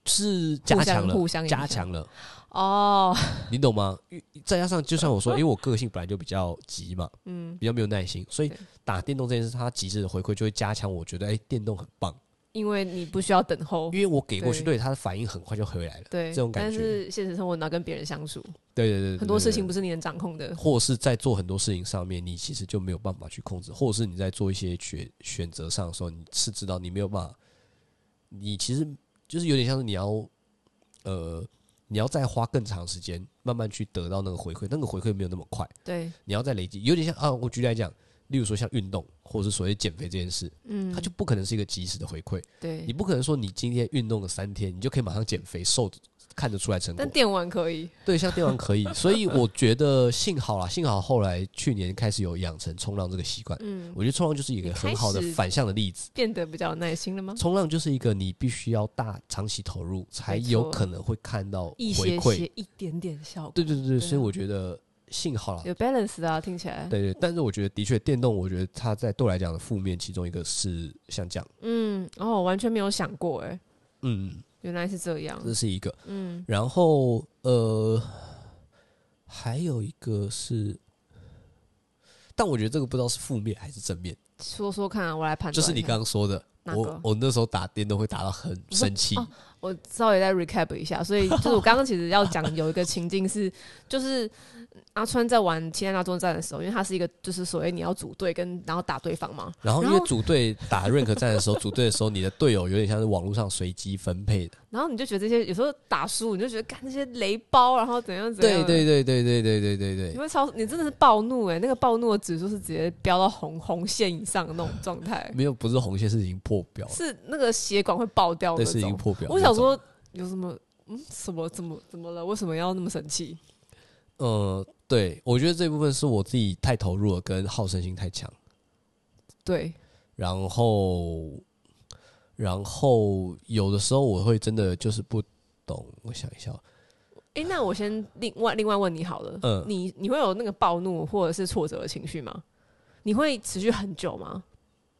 S1: 是加
S2: 互相
S1: 强了，
S2: 互相影响
S1: 加强了，
S2: 哦，
S1: 你懂吗？因为再加上就像我说，因为我个性本来就比较急嘛，
S2: 嗯，
S1: 比较没有耐心，所以
S2: 对
S1: 打电动这件事，它及时的回馈就会加强我觉得哎、电动很棒，
S2: 因为你不需要等候
S1: 因，为我给过去，
S2: 哦对
S1: 对它的反应很快就回来了。
S2: 对，
S1: 这种感
S2: 但
S1: 觉
S2: 是现实生活你要跟别人相处，
S1: 对对对对，
S2: 很多事情不
S1: 是，
S2: 是你能掌控的，
S1: 或是在做很多事情上面，你其实就没有办法去控制，或者是你在做一些选选择上的时候，你是知道你没有办法，你其实就是有点像是你要，呃，你要再花更长时间慢慢去得到那个回馈，那个回馈没有那么快，
S2: 对，
S1: 你要再累积，有点像啊，我举例来讲，例如说像运动或者是所谓减肥这件事，
S2: 嗯，
S1: 它就不可能是一个及时的回馈，
S2: 对嗯
S1: 你，不可能说你今天运动了三天，你就可以马上减肥瘦，看得出来成果
S2: 但。电玩可以，
S1: 对，像电玩可以，所以我觉得幸好 啦，幸好后来去年开始有养成冲浪这个习惯。
S2: 嗯，
S1: 我觉得冲浪就是一个
S2: 你
S1: 很
S2: 开
S1: 好的
S2: 始嗯
S1: 反向的例子。
S2: 变得比较有耐心了吗？
S1: 冲浪就是一个你必须要大长期投入，才
S2: 没
S1: 有
S2: 错
S1: 可能会看到
S2: 一
S1: 回
S2: 些
S1: 馈。
S2: 些一点点效果，
S1: 对对对对，所以
S2: 啊
S1: 我觉得幸好啦。
S2: 有 balance 的啊，听起来，
S1: 对对，但是我觉得的确，电动我觉得它在对我来讲的负面，其中一个是像这样，
S2: 嗯，哦，我完全没有想过，哎，
S1: 嗯，
S2: 原来是这样，
S1: 这是一个。
S2: 嗯，
S1: 然后呃，还有一个是，但我觉得这个不知道是负面还是正面。
S2: 说说看啊，我来判断一下，
S1: 就是你刚刚说的，
S2: 哪个
S1: 我我那时候打电动会打到很生气，
S2: 哦我稍微再 recap 一下，所以就是我刚刚其实要讲有一个情境是，就是阿川在玩《七天大作战》的时候，因为他是一个就是所谓你要组队跟然后打对方嘛，
S1: 然后因
S2: 然
S1: 为
S2: 后
S1: 组队打 rank 战的时候，组队的时候你的队友有点像是网络上随机分配的，
S2: 然后你就觉得这些有时候打输，你就觉得干那些雷包，啊然后怎样怎样
S1: 对，对对对对对对对
S2: 你
S1: 对，，
S2: 会超你真的是暴怒哎、那个暴怒的指数是直接飙到红红线以上的那种状态
S1: 没有不是红线是已经破表了，
S2: 是那个血管会爆掉
S1: 对
S2: 的
S1: 是已
S2: 那
S1: 经
S2: 种。
S1: 破表了，
S2: 我想
S1: 种
S2: 说有什么？嗯，什么？怎么？怎么了？为什么要那么生气？
S1: 呃，对我觉得这部分是我自己太投入了，跟好胜心太强。
S2: 对，
S1: 然后，然后有的时候我会真的就是不懂，我想一下哦，
S2: 哎、那我先另外另外问你好了，
S1: 嗯
S2: 你你会有那个暴怒或者是挫折的情绪吗？你会持续很久吗？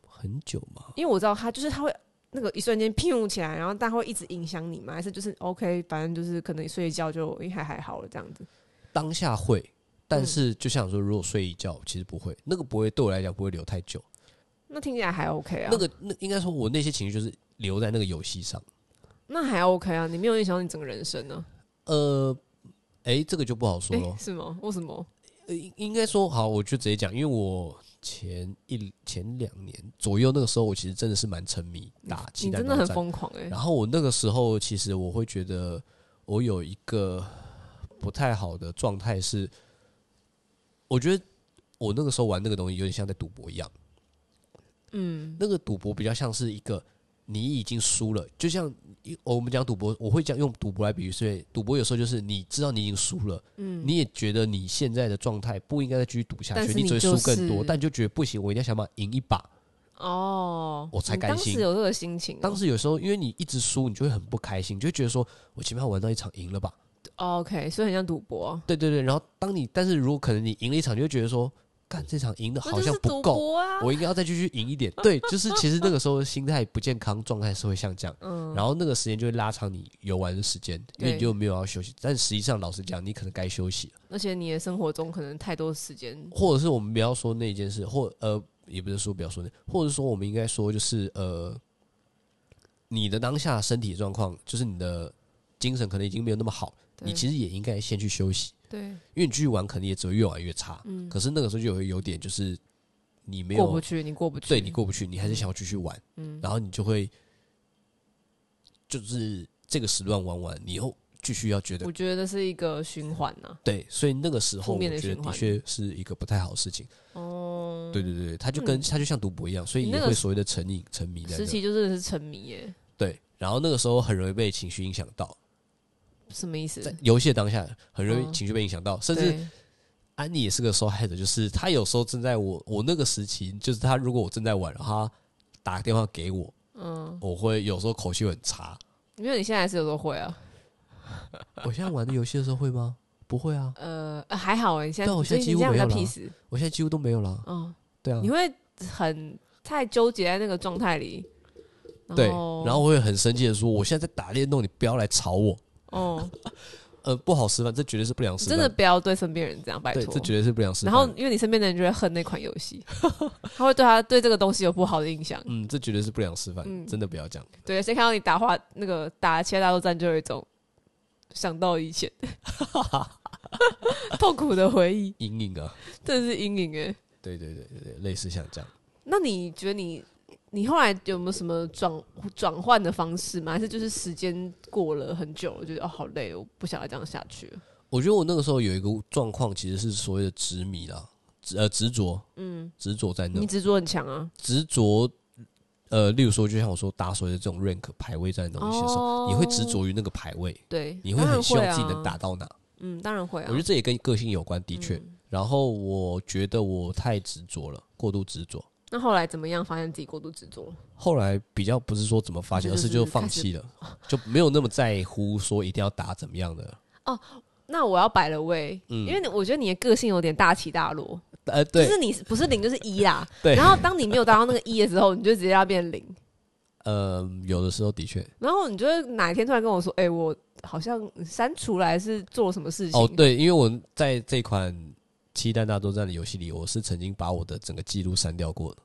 S1: 很久嘛，
S2: 因为我知道他就是他会那个一瞬间砰起来，然后但会一直影响你吗？还是就是 OK，反正就是可能你睡一觉就诶还还好了这样子。
S1: 当下会，但
S2: 嗯
S1: 是就像说，如果睡一觉，其实不会，那个不会对我来讲不会留太久，
S2: 那听起来还 OK 啊，
S1: 那个那应该说我那些情绪就是留在那个游戏上。
S2: 那还 OK 啊，你没有影响到你整个人生呢、
S1: 呃，诶，这个就不好说
S2: 诶，
S1: 了。
S2: 是吗？为什么？
S1: 呃应应该说好，我就直接讲，因为我前一前两年左右那个时候，我其实真的是蛮沉迷打
S2: 你
S1: 鸡蛋
S2: 真的很
S1: 大战
S2: 疯狂哎、
S1: 然后我那个时候，其实我会觉得我有一个不太好的状态是，我觉得我那个时候玩那个东西有点像在赌博一样。
S2: 嗯，
S1: 那个赌博比较像是一个你已经输了，就像一我们讲赌博，我会讲用赌博来比喻，所以赌博有时候就是你知道你已经输了，
S2: 嗯，
S1: 你也觉得你现在的状态不应该再继续赌下
S2: 但
S1: 去，
S2: 是
S1: 你
S2: 你
S1: 只会
S2: 就
S1: 输更多，
S2: 是
S1: 但就觉得不行，我一定要想办法赢一把。
S2: 哦，
S1: 我才
S2: 你
S1: 甘
S2: 当
S1: 心
S2: 时有这个心情哦、
S1: 当时有时候因为你一直输，你就会很不开心，就会觉得说我起码玩到一场赢了吧。
S2: 哦 OK，所以很像赌博，啊
S1: 对对对，然后当你但是如果可能你赢了一场，你就会觉得说，干 这场赢的
S2: 那
S1: 好
S2: 就
S1: 像
S2: 是
S1: 不
S2: 赌
S1: 够，
S2: 博啊。
S1: 我应该要再继续赢一点。对，就是其实那个时候心态不健康，状态是会像这样，
S2: 嗯，
S1: 然后那个时间就会拉长你游玩的时间，因为你
S2: 对
S1: 就没有要休息。但实际上，老实讲，你可能该休息了，
S2: 而且你的生活中可能太多时间，
S1: 或者是我们不要说那件事，或呃，也不是说不要说那，或者说我们应该说就是呃，你的当下身体状况，就是你的精神可能已经没有那么好，
S2: 对
S1: 你其实也应该先去休息。
S2: 对
S1: 因为你继续玩，可能也只会越玩越差。可是那个时候就有一个优点，就是你没
S2: 嗯过不
S1: 有
S2: 去，嗯你过不去，
S1: 对你过不去，你还是想要继续玩，然后你就会就是这个时段玩完，你又继续要觉得
S2: 我觉得是一个循环啊呐、
S1: 对，所以那个时候
S2: 负
S1: 我
S2: 面的
S1: 觉得
S2: 循
S1: 的
S2: 环
S1: 确是一个不太好的事情。
S2: 哦，
S1: 对对对，它就跟它就像赌博一样，所以
S2: 你
S1: 也
S2: 那个
S1: 会
S2: 时
S1: 所谓的成瘾、沉迷在
S2: 哦时
S1: 那。
S2: 期就真的是沉迷耶，
S1: 对，然后那个时候很容易被情绪影响到，
S2: 什么意思？
S1: 在游戏的当下很容易
S2: 嗯
S1: 情绪被影响到，甚至
S2: 对，
S1: 安妮也是个受害者，就是她有时候正在我我那个时期，就是她如果我正在玩，然后她打个电话给我，
S2: 嗯，
S1: 我会有时候口气会很 差。
S2: 因为你现在还是有时候会啊，
S1: 我现在玩的游戏的时候会吗？不会啊，
S2: 呃，呃还好哎，你现在
S1: 对我现在
S2: 你
S1: 几乎
S2: 这样
S1: 没有
S2: 在
S1: 了
S2: 屁事，
S1: 我现在几乎都没有啦。
S2: 嗯，
S1: 对啊
S2: 你，会很太纠结在那个状态里，
S1: 对，
S2: 后
S1: 然后我会很生气的说，我现在在打电动，你不要来吵我。
S2: 哦，
S1: 呃，不好示范，这绝对是不良示范，
S2: 真的不要对身边人这样，拜
S1: 对，
S2: 托
S1: 这。绝对是不良示
S2: 然
S1: 范。
S2: 后，因为你身边的人就会恨那款游戏， 他会对他对这个东西有不好的印象。
S1: 嗯，这绝对是不良示范，
S2: 嗯
S1: 真的不要这样。
S2: 对，谁看到你打话那个打切大作战，就有一种想到以 前 痛苦的回忆，
S1: 阴影啊，
S2: 真的是阴影哎。
S1: 对对对对对，类似像这样。
S2: 那你觉得你你后来有没有什么转转换的方式吗？还是就是时间过了很久，我觉得哦好累，我不想要这样下去了。
S1: 我觉得我那个时候有一个状况，其实是所谓的执迷啦，执呃执着，
S2: 嗯，
S1: 执着在那
S2: 你。执着很强啊，
S1: 执着，呃，例如说，就像我说打所谓的这种 rank 排位战的东西的时候，
S2: 哦
S1: 你会执着于那个排位，
S2: 对，
S1: 你会
S2: 当然
S1: 很希望
S2: 啊
S1: 自己能打，到哪。
S2: 嗯，当然会啊。
S1: 我觉得这也跟个性有关，的确。
S2: 嗯
S1: 然后我觉得我太执着了，过度执着。
S2: 那后来怎么样？发现自己过度执着了？
S1: 后来比较不是说怎么发现，
S2: 就
S1: 而
S2: 是
S1: 是就放弃了，就没有那么在乎说一定要打怎么样的。
S2: 那我要摆了位，
S1: 嗯
S2: 因为你我觉得你的个性有点大起大落，
S1: 呃，
S2: 就
S1: 对
S2: 是你不是零就是一啦。
S1: 对，
S2: 然后当你没有达到那个一的时候，你就直接要变零。
S1: 呃，有的时候的确，
S2: 然后你就会哪一天突然跟我说：“哎、我好像删除来是做了什么事情？”
S1: 哦，对，因为我在这款《七蛋大作战》的游戏里，我是曾经把我的整个记录删掉过的，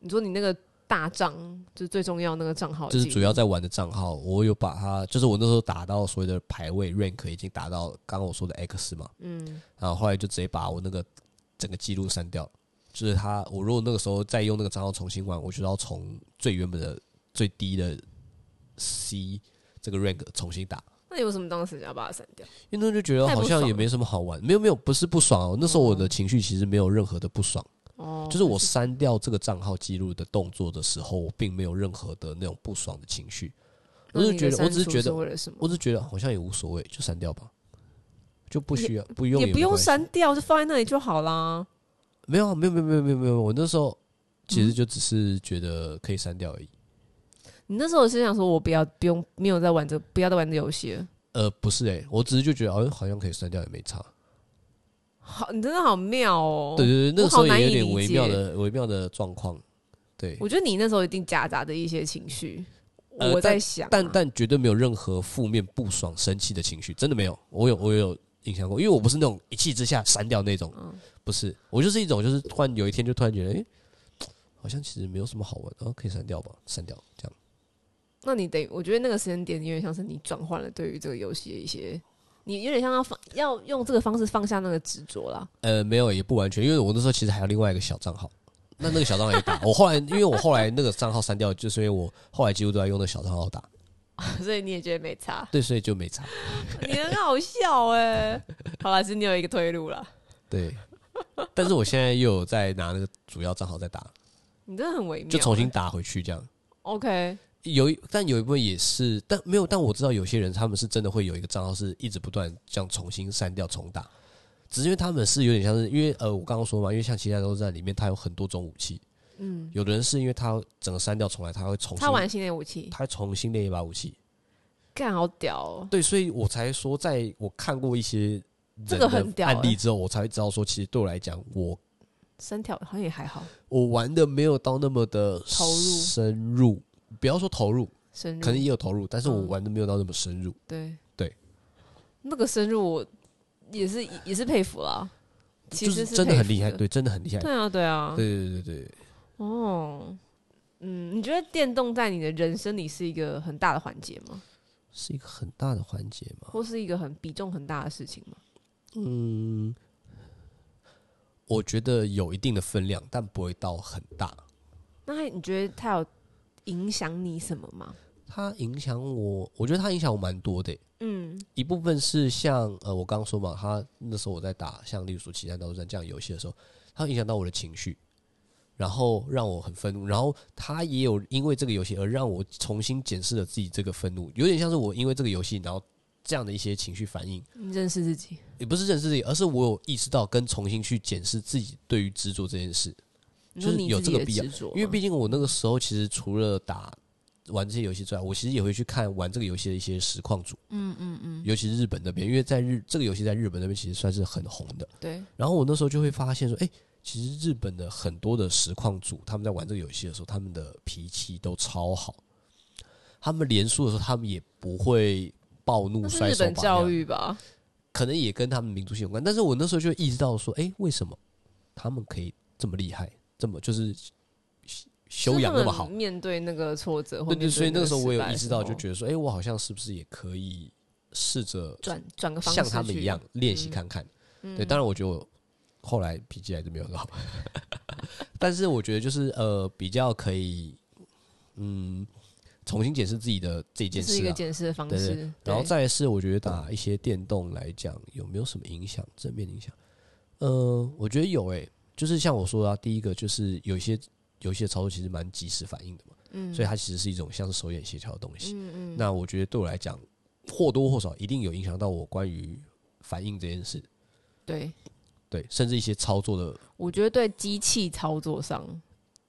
S2: 你说你那个大账，就是最重要那个账号记录，
S1: 就是主要在玩的账号，我有把它，就是我那时候打到所谓的排位 rank 已经达到刚刚我说的 X 嘛，
S2: 嗯，
S1: 然后后来就直接把我那个整个记录删掉，就是他，我如果那个时候再用那个账号重新玩，我就要从最原本的最低的 C 这个 rank 重新打。
S2: 那你为什么当时要把它删掉？
S1: 因为那时候就觉得
S2: 太不
S1: 好
S2: 爽
S1: 像也
S2: 了嗯
S1: 没什么好玩，没有没有，不是不爽哦。那时候我的情绪其实没有任何的不爽，
S2: 哦，
S1: 就是我删掉这个账号记录的动作的时候，我并没有任何的那种不爽的情绪，我
S2: 那
S1: 是
S2: 你
S1: 觉
S2: 的
S1: 得，我
S2: 删
S1: 只是
S2: 除
S1: 觉得，
S2: 为了什么？
S1: 我只是觉得好像也无所谓，就删掉吧，就不需要，不用
S2: 也
S1: 没
S2: 不用
S1: 关系。
S2: 删掉，就放在那里就好啦。
S1: 没有啊，没有，没有，没有，没有，没有。我那时候其实就只是觉得可以删掉而已。
S2: 你那时候是想说，我不要不用没有在玩这，不要再玩这游戏了。
S1: 呃，不是诶、我只是就觉得好像好像可以删掉也没差。
S2: 好，你真的好妙哦。
S1: 对对对，那
S2: 我
S1: 个时
S2: 好
S1: 候
S2: 难
S1: 也有
S2: 以
S1: 点
S2: 理
S1: 微妙
S2: 解
S1: 的微妙的状况。对，
S2: 我觉得你那时候一定夹杂着一些情绪。
S1: 呃
S2: 我在
S1: 但
S2: 想啊、
S1: 但但绝对没有任何负面、不爽、生气的情绪，真的没有。我有我有印象过，因为我不是那种一气之下删掉那种，不是，我就是一种就是突然有一天就突然觉得，哎、好像其实没有什么好玩，然、后可以删掉吧，删掉这样。
S2: 那你得，我觉得那个时间点有点像是你转换了对于这个游戏的一些，你有点像要放要用这个方式放下那个执着啦。
S1: 呃，没有，也不完全，因为我那时候其实还有另外一个小账号，那那个小账号也打。我后来，因为我后来那个账号删掉，就是因为我后来几乎都在用那个小账号打，
S2: 所以你也觉得没差，
S1: 对，所以就没差。
S2: 你很好笑哎、好啦，是你有一个退路啦。
S1: 对，但是我现在又有在拿那个主要账号在打，
S2: 你真的很微妙欸、
S1: 就重新打回去这样。
S2: OK，
S1: 有一，但有一部分也是，但没有，但我知道有些人他们是真的会有一个账号是一直不断这样重新删掉重打，只是因为他们是有点像是，因为呃，我刚刚说嘛，因为像其他都在里面，它有很多种武器，嗯，有的人是因为他整个删掉重来，他会重新
S2: 他，玩新的武器，
S1: 他会重新练一把武器，
S2: 干好屌哦、
S1: 对，所以我才说，在我看过一些
S2: 这
S1: 人
S2: 个很
S1: 的
S2: 屌
S1: 案
S2: 欸
S1: 例之后，我才会知道说，其实对我来讲，我
S2: 三条好像也还好，
S1: 我玩的没有到那么的
S2: 投入
S1: 深入，不要说投入，
S2: 深入
S1: 可能也有投入，但是我
S2: 嗯
S1: 玩的没有到那么深入。
S2: 对
S1: 对，
S2: 那个深入我也是也是佩服啦，其
S1: 就是
S2: 实
S1: 真的很
S2: 佩服
S1: 厉害，，对，真的很厉害。
S2: 对啊对啊，
S1: 对对对对，
S2: 哦，嗯，你觉得电动在你的人生里是一个很大的环节吗？
S1: 是一个很大的环节嘛。
S2: 或是一个很比重很大的事情吗？
S1: 嗯，我觉得有一定的分量，但不会到很大。
S2: 那还你觉得它有影响你什么吗？
S1: 它影响我，我觉得它影响我蛮多的欸。
S2: 嗯，
S1: 一部分是像呃，我刚刚说嘛，他那时候我在打像例如说《奇战大作战》这样游戏的时候，它影响到我的情绪，然后让我很愤怒，然后他也有因为这个游戏而让我重新检视了自己这个愤怒，有点像是我因为这个游戏，然后这样的一些情绪反应，
S2: 你认识自己，
S1: 也不是认识自己，而是我有意识到跟重新去检视自己对于执着这件事，
S2: 你
S1: 就
S2: 说
S1: 是
S2: 你
S1: 有
S2: 自己
S1: 这个
S2: 的
S1: 必要
S2: 执着吗，
S1: 因为毕竟我那个时候其实除了打玩这些游戏之外，我其实也会去看玩这个游戏的一些实况组，
S2: 嗯嗯嗯，
S1: 尤其是日本那边，因为在日这个游戏在日本那边其实算是很红的。
S2: 对，
S1: 然后我那时候就会发现说，哎、其实日本的很多的实况组他们在玩这个游戏的时候，他们的脾气都超好，他们连输的时候，他们也不会暴怒
S2: 那是
S1: 摔
S2: 日
S1: 手
S2: 本
S1: 把
S2: 教
S1: 那样
S2: 育吧？
S1: 可能也跟他们民族性有关。但是我那时候就意识到说，哎、为什么他们可以这么厉害，这么就是 修养那么
S2: 就
S1: 好
S2: 是他们？面对那个挫折或面
S1: 对对，
S2: 对，
S1: 所以那个时候我有意识到，就
S2: 得
S1: 觉得说，哎、我好像是不是也可以试着
S2: 转转个方式
S1: 像他们一样练习看看。对，当然我觉得我后来脾气还是没有很好， 但是我觉得就是呃，比较可以嗯，重新检视自己的这
S2: 去，
S1: 件
S2: 这是一
S1: 事
S2: 个
S1: 啊。
S2: 检视的方
S1: 对
S2: 式
S1: 对，然后
S2: 对
S1: 再来是，我觉得打一些电动来讲，有没有什么影响？正面影响？呃，我觉得有诶、就是像我说的、啊，第一个就是有一些有一些操作其实蛮及时反应的嘛，
S2: 嗯
S1: 所以它其实是一种像是手眼协调的东西。
S2: 嗯嗯，
S1: 那我觉得对我来讲，或多或少一定有影响到我关于反应这件事，
S2: 对，
S1: 对，甚至一些操作的
S2: 我觉得对机器操作上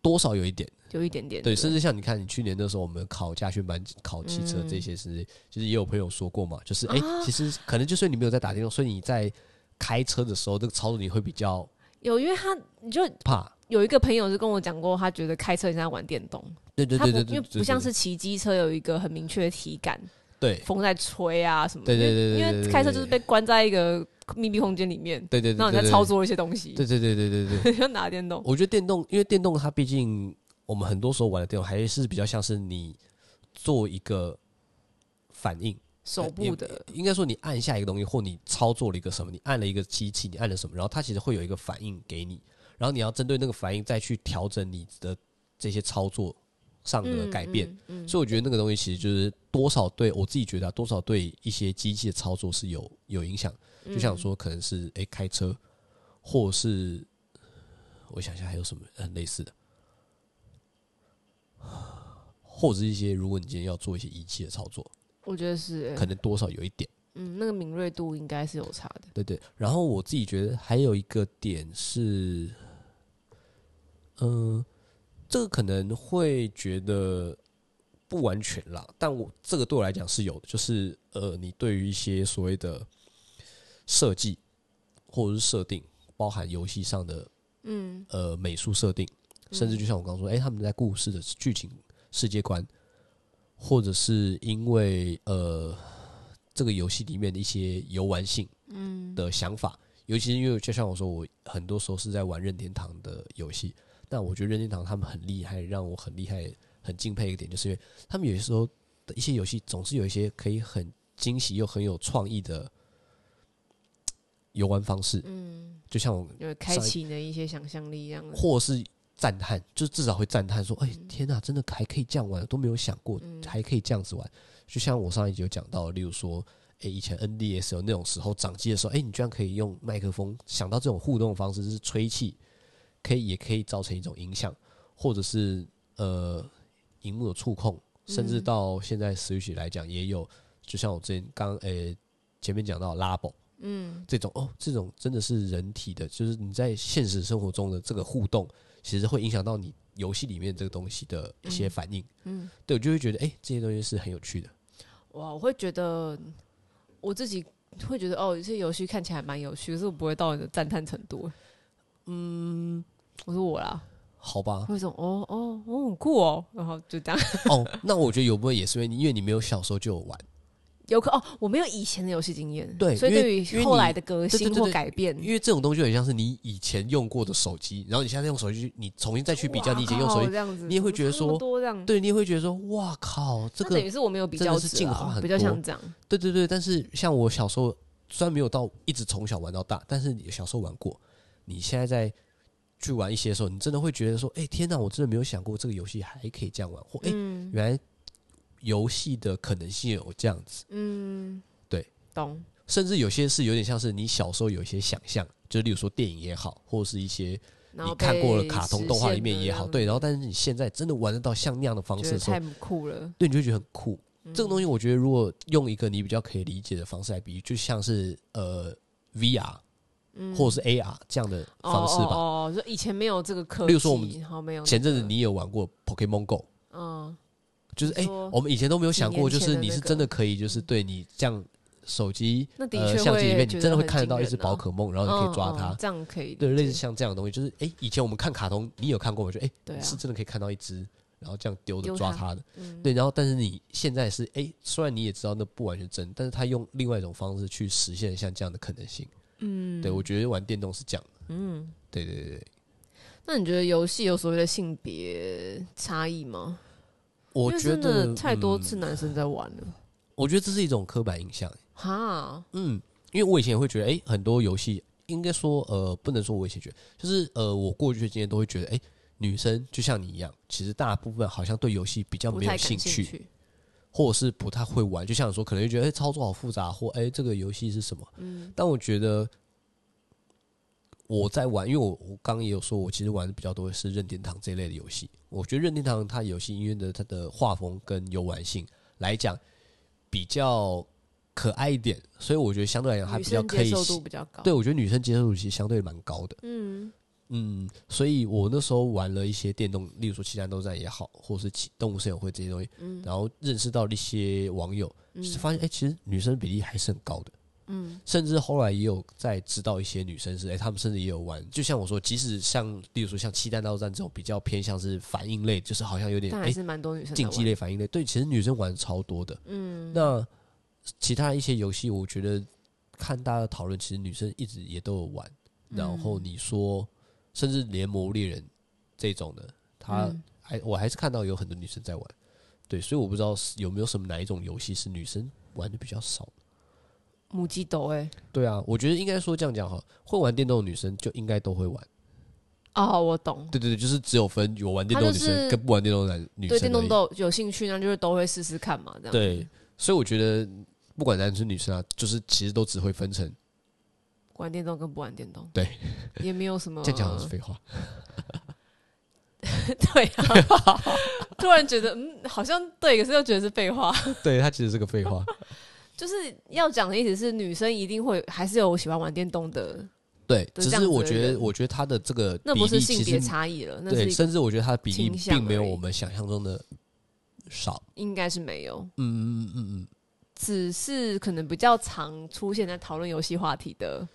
S1: 多少有一点，
S2: 有一点点
S1: 对，甚至像你看，你去年的时候，我们考驾训班、考汽车
S2: 嗯
S1: 这些事，其实也有朋友说过嘛，就是哎、
S2: 啊
S1: 其实可能就是你没有在打电动，所以你在开车的时候，这个操作你会比较
S2: 有，因为他你就
S1: 怕。
S2: 有一个朋友是跟我讲过，他觉得开车很像玩电动，
S1: 对对
S2: 他
S1: 对
S2: 不
S1: 对
S2: 因
S1: 对，
S2: 为
S1: 对
S2: 不像是骑机车有一个很明确的体感，
S1: 对
S2: 风在吹啊什么的。
S1: 对对对对
S2: 因为
S1: 对
S2: 因
S1: 对
S2: 为开车就是被关在一个密闭空间里面，
S1: 对对对，
S2: 然后你
S1: 对
S2: 在操，作一些东西，
S1: 对对对对对 对对。
S2: 就拿电动。
S1: 我觉得电动，因为电动它毕竟我们很多时候玩的电动还是比较像是你做一个反应。
S2: 手部的
S1: 也应该呃说你按下一个东西，或你操作了一个什么，你按了一个机器，你按了什么，然后它其实会有一个反应给你，然后你要针对那个反应再去调整你的这些操作上的改变。，
S2: 嗯，嗯嗯
S1: 所以我觉得那个东西其实就是多少对我自己觉得、啊、多少对一些机器的操作是有有影响，就
S2: 嗯
S1: 像说可能是诶、开车，或是我想想还有什么很类似的，或者是一些如果你今天要做一些仪器的操作，
S2: 我觉得是、
S1: 可
S2: 欸，
S1: 能多少有一点。
S2: 嗯，那个敏锐度应该是有差的。
S1: 对对，然后我自己觉得还有一个点是，嗯、这个可能会觉得不完全啦，但我这个对我来讲是有的，就是呃，你对于一些所谓的设计或者是设定，包含游戏上的
S2: 嗯
S1: 呃美术设定，甚至就像我刚刚说，诶，他们在故事的剧情世界观，或者是因为呃这个游戏里面的一些游玩性。
S2: 嗯，
S1: 的想法，尤其是因为就像我说，我很多时候是在玩任天堂的游戏，但我觉得任天堂他们很厉害，让我很厉害、很敬佩一个点，就是因为他们有些时候的一些游戏总是有一些可以很惊喜又很有创意的游玩方式，
S2: 嗯，
S1: 就像我
S2: 有开启你的一些想象力，这样子。
S1: 或是赞叹，就至少会赞叹说：“哎、天哪、真的还可以这样玩，都没有想过
S2: 嗯
S1: 还可以这样子玩。”就像我上一集有讲到，例如说，哎、以前 NDS 有那种时候掌机的时候，哎、你居然可以用麦克风，想到这种互动的方式是吹气，可以也可以造成一种影响，或者是呃，荧幕的触控，甚至
S2: 嗯
S1: 到现在 Switch 来讲也有，就像我之前刚哎前面讲到 Labo，
S2: 嗯
S1: 这种哦，这种真的是人体的，就是你在现实生活中的这个互动，其实会影响到你游戏里面这个东西的一些反应。
S2: 嗯，
S1: 对，我就会觉得，哎、这些东西是很有趣的。
S2: 哇，我会觉得我自己会觉得哦，这游戏看起来蛮有趣，可是我不会到你的赞叹程度。
S1: 嗯，
S2: 我说我啦，
S1: 好吧。
S2: 会说哦哦，我、很酷哦，然后就这样。
S1: 哦， 那我觉得有部分也是因为你，因为你没有小时候就有玩，
S2: 有可哦，我没有以前的游戏经验，
S1: 对
S2: 所以
S1: 因为
S2: 对
S1: 因为
S2: 于
S1: 你
S2: 后来的革
S1: 对对
S2: 新
S1: 对
S2: 或
S1: 对
S2: 改变，
S1: 因为这种东西很像是你以前用过的手机，然后你现在用手机去，你重新再去比较你以前用手
S2: 哇靠
S1: 机，
S2: 这样子，
S1: 你也会觉得说
S2: 怎么差那么多这样，
S1: 对，你也会觉得说，哇靠，这
S2: 那
S1: 个
S2: 等于是我没有比
S1: 真的
S2: 较
S1: 是
S2: 值
S1: 进
S2: 啊
S1: 化很
S2: 比较
S1: 多
S2: 像这样，
S1: 对对对，但是像我小时候虽然没有到一直从小玩到大，但是你小时候玩过，你现在在去玩一些的时候，你真的会觉得说，哎、天哪，我真的没有想过这个游戏还可以这样玩，或哎、诶
S2: 嗯
S1: 原来游戏的可能性有这样子，
S2: 嗯，
S1: 对，
S2: 懂，
S1: 甚至有些是有点像是你小时候有一些想象，就例如说电影也好，或是一些
S2: 然
S1: 你
S2: 后
S1: 看过了
S2: 被
S1: 卡通
S2: 实
S1: 动画
S2: 现
S1: 里面
S2: 了
S1: 也
S2: 这
S1: 好，
S2: 样
S1: 对，然后但是你现在真的玩得到像那样的方
S2: 觉
S1: 式
S2: 得
S1: 的时候
S2: 太，酷了，
S1: 对，你就会觉得很酷。这种东
S2: 西，
S1: 西，我觉得如果用一个你比较可以理解的方式来比喻，就像是呃 VR
S2: 嗯
S1: 或者是 AR 这样的方式吧。
S2: 哦哦哦，就以前没有这个科技，
S1: 例如说我们
S2: 然后没有那个
S1: 前阵子你有玩过 Pokemon Go，
S2: 嗯
S1: 就是
S2: 你
S1: 哎、
S2: 说
S1: 我们以前都没有想过，
S2: 几年前
S1: 就
S2: 的
S1: 是你是
S2: 那个嗯
S1: 真的可以，就是对你这样手机
S2: 那的
S1: 呃
S2: 确
S1: 相机里面，
S2: 会
S1: 你
S2: 觉
S1: 真的会
S2: 很
S1: 看得到
S2: 惊
S1: 一
S2: 人
S1: 只
S2: 啊
S1: 宝可梦，然后你可以抓
S2: 嗯
S1: 它
S2: 嗯。这样可以理解，
S1: 对，类似像这样的东西，就是哎、以前我们看卡通，你有看过吗？就哎、
S2: 对啊
S1: 你是真的可以看到一只，然后这样丢着
S2: 丢
S1: 抓
S2: 它
S1: 它的。
S2: 嗯
S1: 对，然后但是你现在是哎、虽然你也知道那不完全真，但是他用另外一种方式去实现像这样的可能性。
S2: 嗯
S1: 对，我觉得玩电动是这样。
S2: 嗯，
S1: 对对对对，
S2: 那你觉得游戏有所谓的性别差异吗？
S1: 我
S2: 因为
S1: 觉
S2: 真的
S1: 得
S2: 太多
S1: 嗯
S2: 次男生在玩了，
S1: 我觉得这是一种刻板印象。
S2: 哈，
S1: 嗯，因为我以前也会觉得，哎、很多游戏应该说，呃，不能说我以前觉得，就是呃，我过去的经验都会觉得，哎、女生就像你一样，其实大部分好像对游戏比较
S2: 不
S1: 没
S2: 太
S1: 有
S2: 感
S1: 兴趣，
S2: 趣，
S1: 或者是不太会玩。就像你说，可能就觉得，哎、操作好复杂，或哎、这个游戏是什么？
S2: 嗯
S1: 但我觉得我在玩，因为我我刚刚也有说，我其实玩的比较多的是任天堂这一类的游戏。我觉得任天堂它游戏因为的它的画风跟游玩性来讲比较可爱一点，所以我觉得相对来讲还
S2: 女
S1: 比较
S2: 生
S1: 可
S2: 接
S1: 以
S2: 受
S1: 吸。
S2: 度比较高，
S1: 对，，我觉得女生接受度其实相对蛮高的。
S2: 嗯
S1: 嗯，所以我那时候玩了一些电动，例如说《七战斗战》也好，或是其《动物森友会》这些东西，
S2: 嗯
S1: 然后认识到了一些网友，
S2: 嗯
S1: 发现哎、诶其实女生比例还是很高的。
S2: 嗯
S1: 甚至后来也有在知道一些女生是，哎、她们甚至也有玩。就像我说，即使像，例如说像七弹道战这种比较偏向是反应类，就是好像有点
S2: 但
S1: 哎
S2: 还是蛮多女生在
S1: 竞技
S2: 玩，
S1: 类反应类，对，其实女生玩超多的。
S2: 嗯，
S1: 那其他一些游戏，我觉得看大家的讨论，其实女生一直也都有玩。
S2: 嗯
S1: 然后你说，甚至连《魔物猎人》这种的，她
S2: 嗯
S1: 还我还是看到有很多女生在玩。对，所以我不知道是有没有什么哪一种游戏是女生玩的比较少。
S2: 母鸡斗哎，
S1: 对啊，我觉得应该说这样讲哈，会玩电动的女生就应该都会玩。
S2: 哦，我懂，
S1: 对对对，就是只有分有玩电动的女
S2: 她就
S1: 生
S2: 是
S1: 跟不玩电动的男女生而
S2: 对电
S1: 已。
S2: 动都有兴趣，那就是都会试试看嘛，这样，
S1: 对，所以我觉得不管男生女生啊，就是其实都只会分成。
S2: 玩电动跟不玩电动，
S1: 对，
S2: 也 没有什么
S1: 这样讲好像是废话，
S2: 对啊，突然觉得，嗯，好像对，可是又觉得是废话。
S1: 对他其实是个废话，
S2: 就是要讲的意思是，女生一定会还是有喜欢玩电动的，
S1: 对，
S2: 就
S1: 只
S2: 这样
S1: 是
S2: 子
S1: 我
S2: 而
S1: 觉得，
S2: 已
S1: 我觉得他的这个
S2: 那
S1: 比
S2: 不
S1: 例
S2: 是
S1: 其
S2: 性
S1: 实
S2: 别差异了，那
S1: 对，
S2: 是
S1: 甚至我觉得他的比例
S2: 倾向
S1: 并没有
S2: 而已
S1: 我们想象中的少。
S2: 应该是没有，
S1: 嗯嗯嗯嗯，
S2: 只是可能比较常出现在讨论游戏话题的，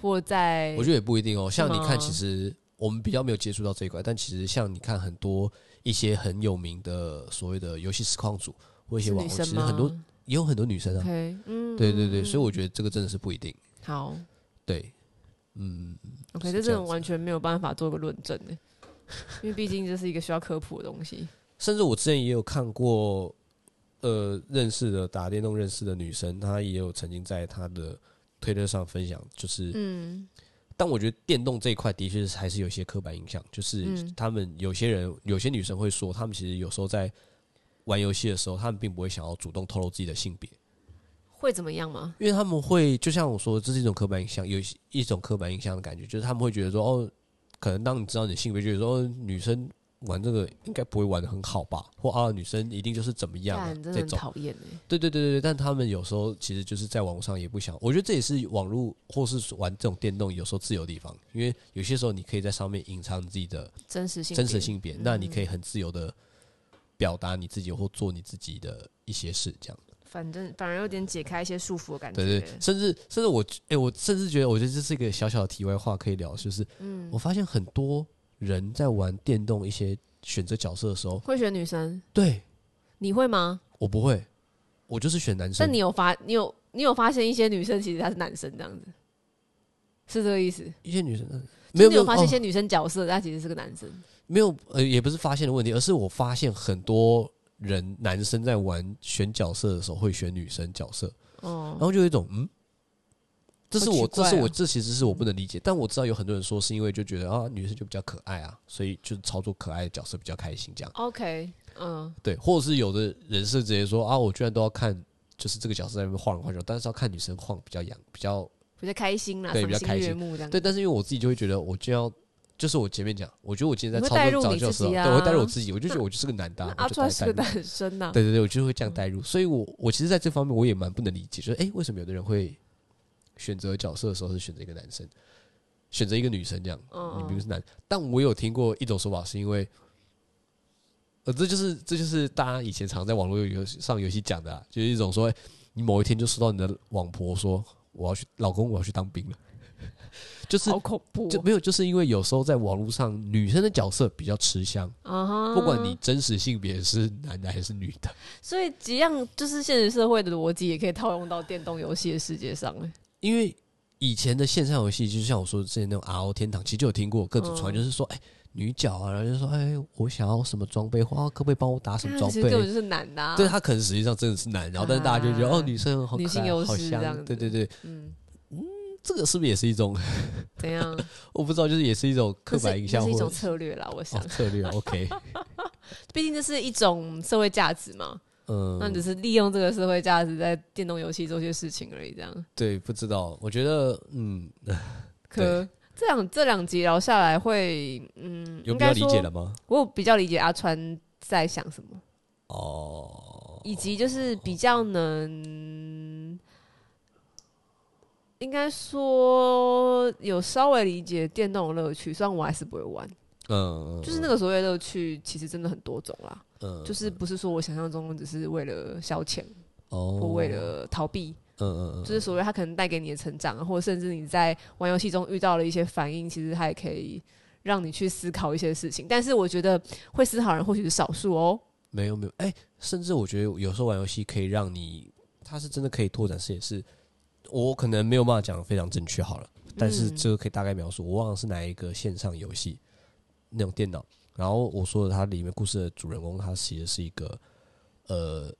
S2: 或在
S1: 嗯我觉得也不一定哦。像你看，
S2: 吗
S1: 其实我们比较没有接触到这一块，但其实像你看很多一些很有名的所谓的游戏实况组或一些
S2: 是
S1: 网
S2: 女
S1: 红，
S2: 生
S1: 其实
S2: 吗
S1: 很多嗯也有很多女生啊。
S2: ？OK，嗯，
S1: 对对对，
S2: 嗯
S1: 所以我觉得这个真的是不一定。
S2: 好
S1: 对，嗯，
S2: ，OK，
S1: 是
S2: 这
S1: 这
S2: 真
S1: 样
S2: 的
S1: 子
S2: 完全没有办法做个论证的，因为毕竟这是一个需要科普的东 西。
S1: 甚至我之前也有看过，呃，认识的打电动认识的女生，她也有曾经在她的推特上分享，就是，
S2: 嗯，
S1: 但我觉得电动这一块的确是还是有一些刻板印象，就是
S2: 嗯
S1: 他们有些人有些女生会说，她们其实有时候在玩游戏的时候，她们并不会想要主动透露自己的性别，
S2: 会怎么样吗？
S1: 因为他们会就像我说，这是一种刻板印象，有一一种刻板印象的感觉，就是他们会觉得说，哦，可能当你知道你的性别，觉得说、哦女生玩这个应该不会玩的很好吧，或啊女生一定就是怎么样、 啊
S2: 干真的
S1: 这
S2: 很
S1: 种，
S2: 讨厌哎。
S1: 对对对对对，但他们有时候其实就是在网络上也不想，我觉得这也是网络或是玩这种电动有时候自由的地方，因为有些时候你可以在上面隐藏自己的
S2: 真实性，
S1: 真实，性别，那你可以很自由的表达你自己或做你自己的一些事，这样。
S2: 反正反而有点解开一些束缚的感觉。
S1: 对对，甚至甚至我，哎、我甚至觉得，我觉得这是一个小小的题外话可以聊，就是，
S2: 嗯
S1: 我发现很多人在玩电动一些选择角色的时候，
S2: 会选女生，
S1: 对
S2: 你会吗？
S1: 我不会，我就是选男生。
S2: 但你有发，你有你有发现一些女生其实她是男生这样子，是这个意思？
S1: 一些女生嗯
S2: 就是你
S1: 没有没有
S2: 有发现一
S1: 哦
S2: 些女生角色，她其实是个男生。
S1: 没有呃，也不是发现的问题，而是我发现很多人男生在玩选角色的时候会选女生角色，
S2: 哦
S1: 然，后就有一种嗯。这是
S2: 好奇
S1: 我，这是
S2: 怪
S1: 我，
S2: 哦
S1: 这其实是我不能理解。但我知道有很多人说是因为就觉得啊，女生就比较可爱啊，所以就是操作可爱的角色比较开心这样。
S2: OK，嗯，
S1: 对，或者是有的人是直接说啊，我居然都要看，就是这个角色在那边晃来晃去，但是要看女生晃比较痒，比较
S2: 比较开心啦，
S1: 对比较
S2: 赏
S1: 开
S2: 心
S1: 心
S2: 悦目这样。
S1: 对。但是因为我自己就会觉得，我就要，就是我前面讲，我觉得我今天在
S2: 你会
S1: 操
S2: 带
S1: 作
S2: 入
S1: 找
S2: 你
S1: 角
S2: 自
S1: 色，
S2: 己
S1: 对，我会带入我
S2: 啊
S1: 自己，我就觉得我就是个男 的啊、
S2: 阿
S1: 我就带
S2: 川是个
S1: 带入。
S2: 男生啊呐，
S1: 对对对，我就会这样带入，所以我我其实在这方面我也蛮不能理解，就是哎、诶为什么有的人会选择角色的时候是选择一个男生，选择一个女生这样？你明明
S2: 嗯，
S1: 是男，但我有听过一种说法，是因为，呃，这就是这就是大家以前常在网络游戏上游戏讲的、啊，就是一种说，欸你某一天就收到你的网婆说，我要去，老公，我要去当兵了， 就是
S2: 好啊恐怖哦
S1: 就没有，就是因为有时候在网络上女生的角色比较吃香，
S2: 啊哈！
S1: 不管你，真实性别是男的还是女的，
S2: 所以几样就是现实社会的逻辑也可以套用到电动游戏的世界上欸了。
S1: 因为以前的线上游戏，就像我说之前那种 RO 天堂，其实就有听过各种传闻，
S2: 嗯
S1: 就是说，哎、女角啊，然后就说，哎、我想要什么装备，或、啊、可不可以帮我打什么
S2: 啊
S1: 装
S2: 其
S1: 备？
S2: 实根本就是男的啊，
S1: 对他可能实际上真的是男，然后但是大家就觉得、
S2: 啊
S1: 哦，女生好可爱
S2: 女性优势
S1: 好香
S2: 这样子
S1: 对对对，
S2: 嗯，
S1: 这个是不是也是一种
S2: 怎 样？
S1: 我不知道，就是也是一种刻板印象
S2: 这
S1: 或
S2: 是一
S1: 者
S2: 种啊策略啦，我想
S1: 哦，策略？OK，
S2: 毕竟这是一种社会价值嘛，那你只
S1: 嗯，
S2: 是利用这个社会价值在电动游戏做些事情而已，这样。
S1: 对，不知道，我觉得嗯，
S2: 可这两这两集聊下来会，嗯，
S1: 有
S2: 应
S1: 比较
S2: 该
S1: 理
S2: 说
S1: 解了吗？
S2: 我有比较理解阿川在想什么，
S1: 哦，
S2: 以及就是比较能，应该说有稍微理解电动的乐趣，虽然我还是不会玩，
S1: 嗯，
S2: 就是那个所谓乐趣，其实真的很多种啦，
S1: 嗯，
S2: 就是不是说我想象中只是为了消遣
S1: 哦，
S2: 或为了逃避，
S1: 嗯嗯嗯，
S2: 就是所谓它可能带给你的成长啊，或者甚至你在玩游戏中遇到了一些反应，其实它也可以让你去思考一些事情。但是我觉得会思考的人或许是少数哦。
S1: 没有没有，哎、甚至我觉得有时候玩游戏可以让你，它是真的可以拓展视野。是我可能没有办法讲得非常正确好了，但是
S2: 嗯
S1: 这个可以大概描述。我忘了是哪一个线上游戏那种电脑，然后我说的它里面故事的主人公，他其实是一个呃，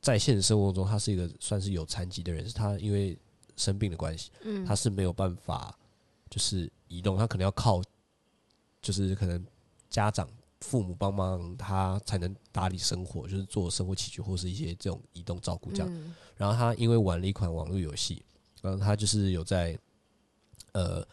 S1: 在现实生活中他是一个算是有残疾的人，是他因为生病的关系，
S2: 嗯
S1: 他是没有办法就是移动，他可能要靠就是可能家长父母帮忙他才能打理生活，就是做生活起居或是一些这种移动照顾这样。
S2: 嗯
S1: 然后他因为玩了一款网络游戏，然后他就是有在呃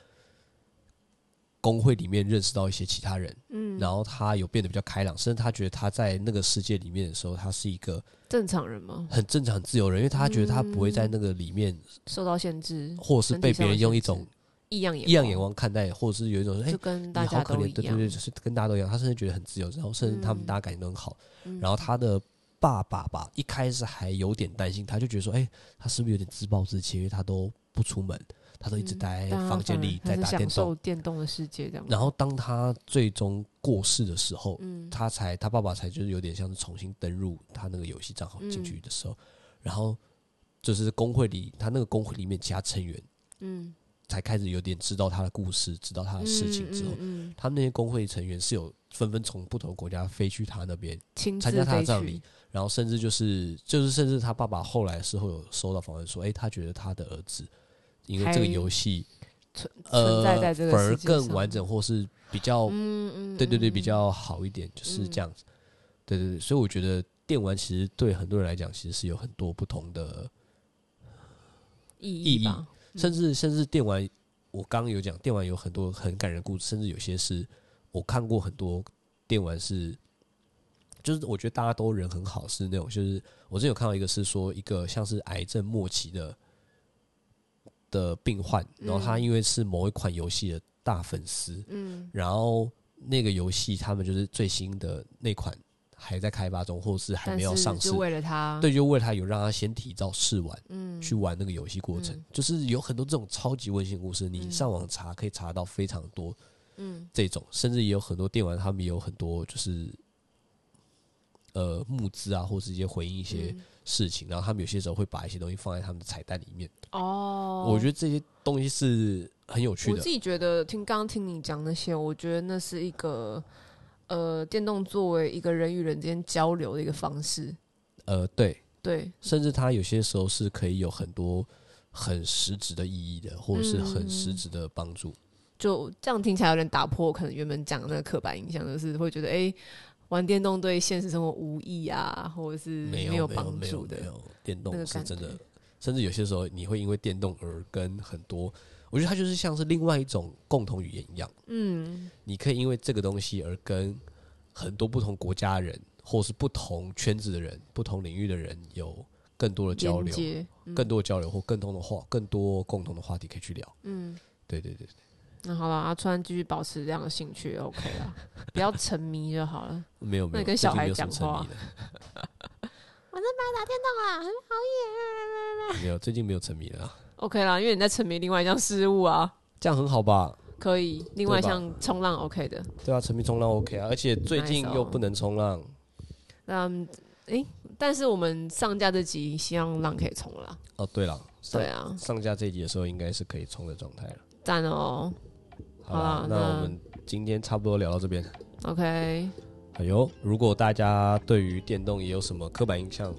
S1: 工会里面认识到一些其他人，
S2: 嗯，
S1: 然后他有变得比较开朗，甚至他觉得他在那个世界里面的时候，他是一个
S2: 正常人吗？
S1: 很正常、很自由人，因为他觉得他不会在那个里面，
S2: 受到限制，
S1: 或者是被别人用一种
S2: 异样眼
S1: 异样眼，光看待，或者是有一种哎、
S2: 就跟大
S1: 你好
S2: 家
S1: 可
S2: 都
S1: 怜，
S2: 一
S1: 对对
S2: 样。
S1: 对，就是跟大家都一样。他甚至觉得很自由，然后甚至他们
S2: 嗯
S1: 大家感情都很好。然后他的爸爸吧，一开始还有点担心，他就觉得说，哎、他是不是有点自暴自弃？因为他都不出门，他都一直
S2: 嗯
S1: 待在
S2: 大家
S1: 房间
S2: 反而
S1: 里
S2: 还
S1: 在
S2: 是
S1: 打
S2: 享
S1: 电动。
S2: 受电动的世界这样。
S1: 然后当他最终过世的时候，
S2: 嗯，
S1: 他才他爸爸才就是有点像是重新登入他那个游戏账号
S2: 嗯
S1: 进去的时候，然后就是工会里他那个工会里面其他成员
S2: 嗯，
S1: 才开始有点知道他的故事，知道他的事情之后，
S2: 嗯，嗯
S1: 他们那些工会成员是有纷纷从不同的国家飞去他那边，
S2: 亲自
S1: 参加他的
S2: 飞
S1: 葬
S2: 去
S1: 礼，然后甚至就是就是甚至他爸爸后来的时候有收到访问说，哎、他觉得他的儿子因为这个
S2: 还
S1: 游戏
S2: 存存
S1: 呃
S2: 在在这个
S1: 反而
S2: 世界
S1: 更
S2: 上
S1: 完整，或是比较
S2: 嗯嗯，
S1: 哦对对对，
S2: 嗯
S1: 比较好一点，就是这样子。对对对，所以我觉得电玩其实对很多人来讲，其实是有很多不同的，
S2: 意
S1: 意义
S2: 吧，嗯
S1: 甚至甚至电玩，我刚刚有讲，电玩有很多很感人的故事，甚至有些是我看过很多电玩是，就是我觉得大家都人很好，是那种就是我之前有看到一个是说一个像是癌症末期的的病患，然后他
S2: 嗯
S1: 因为是某一款游戏的大粉丝，
S2: 嗯
S1: 然后那个游戏他们就是最新的那款还在开发中，或是还
S2: 但
S1: 没有
S2: 是
S1: 上市
S2: 就。为了他，
S1: 对，就为了他有让他先提早试玩，
S2: 嗯，
S1: 去玩那个游戏过程，
S2: 嗯
S1: 就是有很多这种超级温馨故事，你
S2: 嗯
S1: 上网查可以查到非常多
S2: 嗯
S1: 这种，甚至也有很多电玩他们也有很多就是呃募资啊，或是一些回应一些
S2: 嗯
S1: 事情，然后他们有些时候会把一些东西放在他们的彩蛋里面，
S2: 哦，
S1: 我觉得这些东西是很有趣
S2: 我
S1: 的
S2: 自。己觉得听刚刚听你讲那些，我觉得那是一个呃，电动作为一个人与人之间交流的一个方式。
S1: 呃，对，
S2: 对，
S1: 甚至它有些时候是可以有很多很实质的意义的，或者是很实
S2: 嗯
S1: 质的帮助。
S2: 就这样听起来有点打破我可能原本讲的那个刻板印象，就是会觉得哎、诶玩电动对现实生活无益啊，或者是
S1: 没有
S2: 有
S1: 没有
S2: 帮
S1: 没有
S2: 助
S1: 没
S2: 的。
S1: 有，电
S2: 那
S1: 动
S2: 个
S1: 是
S2: 感
S1: 真的
S2: 觉，
S1: 甚至有些时候你会因为电动而跟很多，我觉得它就是像是另外一种共同语言一样，
S2: 嗯
S1: 你可以因为这个东西而跟很多不同国家的人，或是不同圈子的人、不同领域的人有更多的交
S2: 连
S1: 流，
S2: 接，嗯
S1: 更多的交流或更多的话，更多共同的话题可以去聊。
S2: 嗯。
S1: 对对对，
S2: 那好了，阿川继续保持这样的兴趣也 OK 了，不要沉迷就好了。
S1: 没有
S2: 那
S1: 没
S2: 你
S1: 有，
S2: 跟
S1: 这
S2: 小
S1: 就
S2: 孩
S1: 没有什
S2: 讲
S1: 么沉迷
S2: 话
S1: 了
S2: 晚上班打电动啊，很好
S1: 没有，最近没有沉迷了啊。
S2: OK 啦，因为你在沉迷另外一项事物啊，
S1: 这样很好吧？
S2: 可以。另外一
S1: 对吧
S2: 项冲浪 OK 的，
S1: 对啊，沉迷冲浪 OK 啊，而且最近
S2: Nice 哦
S1: 又不能冲浪，
S2: 那诶、但是我们上架这集希望浪可以冲了啦，
S1: 哦，对了，上
S2: 对啊，
S1: 上架这集的时候应该是可以冲的状态了。
S2: 赞哦、
S1: 好啦
S2: 好啦，
S1: 那
S2: 那
S1: 我们今天差不多聊到这边。
S2: OK，
S1: 哎呦，如果大家对于电动也有什么刻板印象，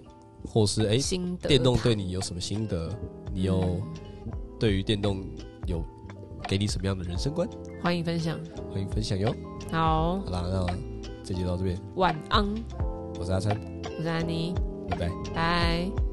S1: 或是哎、
S2: 心得
S1: 电动对你有什么心得，你有对于电动有给你什么样的人生观，
S2: 谈欢迎分享。
S1: 欢迎分享哟。
S2: 好，
S1: 好啦，那这集到这边，
S2: 晚安，
S1: 我是阿川，
S2: 我是安妮，
S1: 拜拜。
S2: 拜。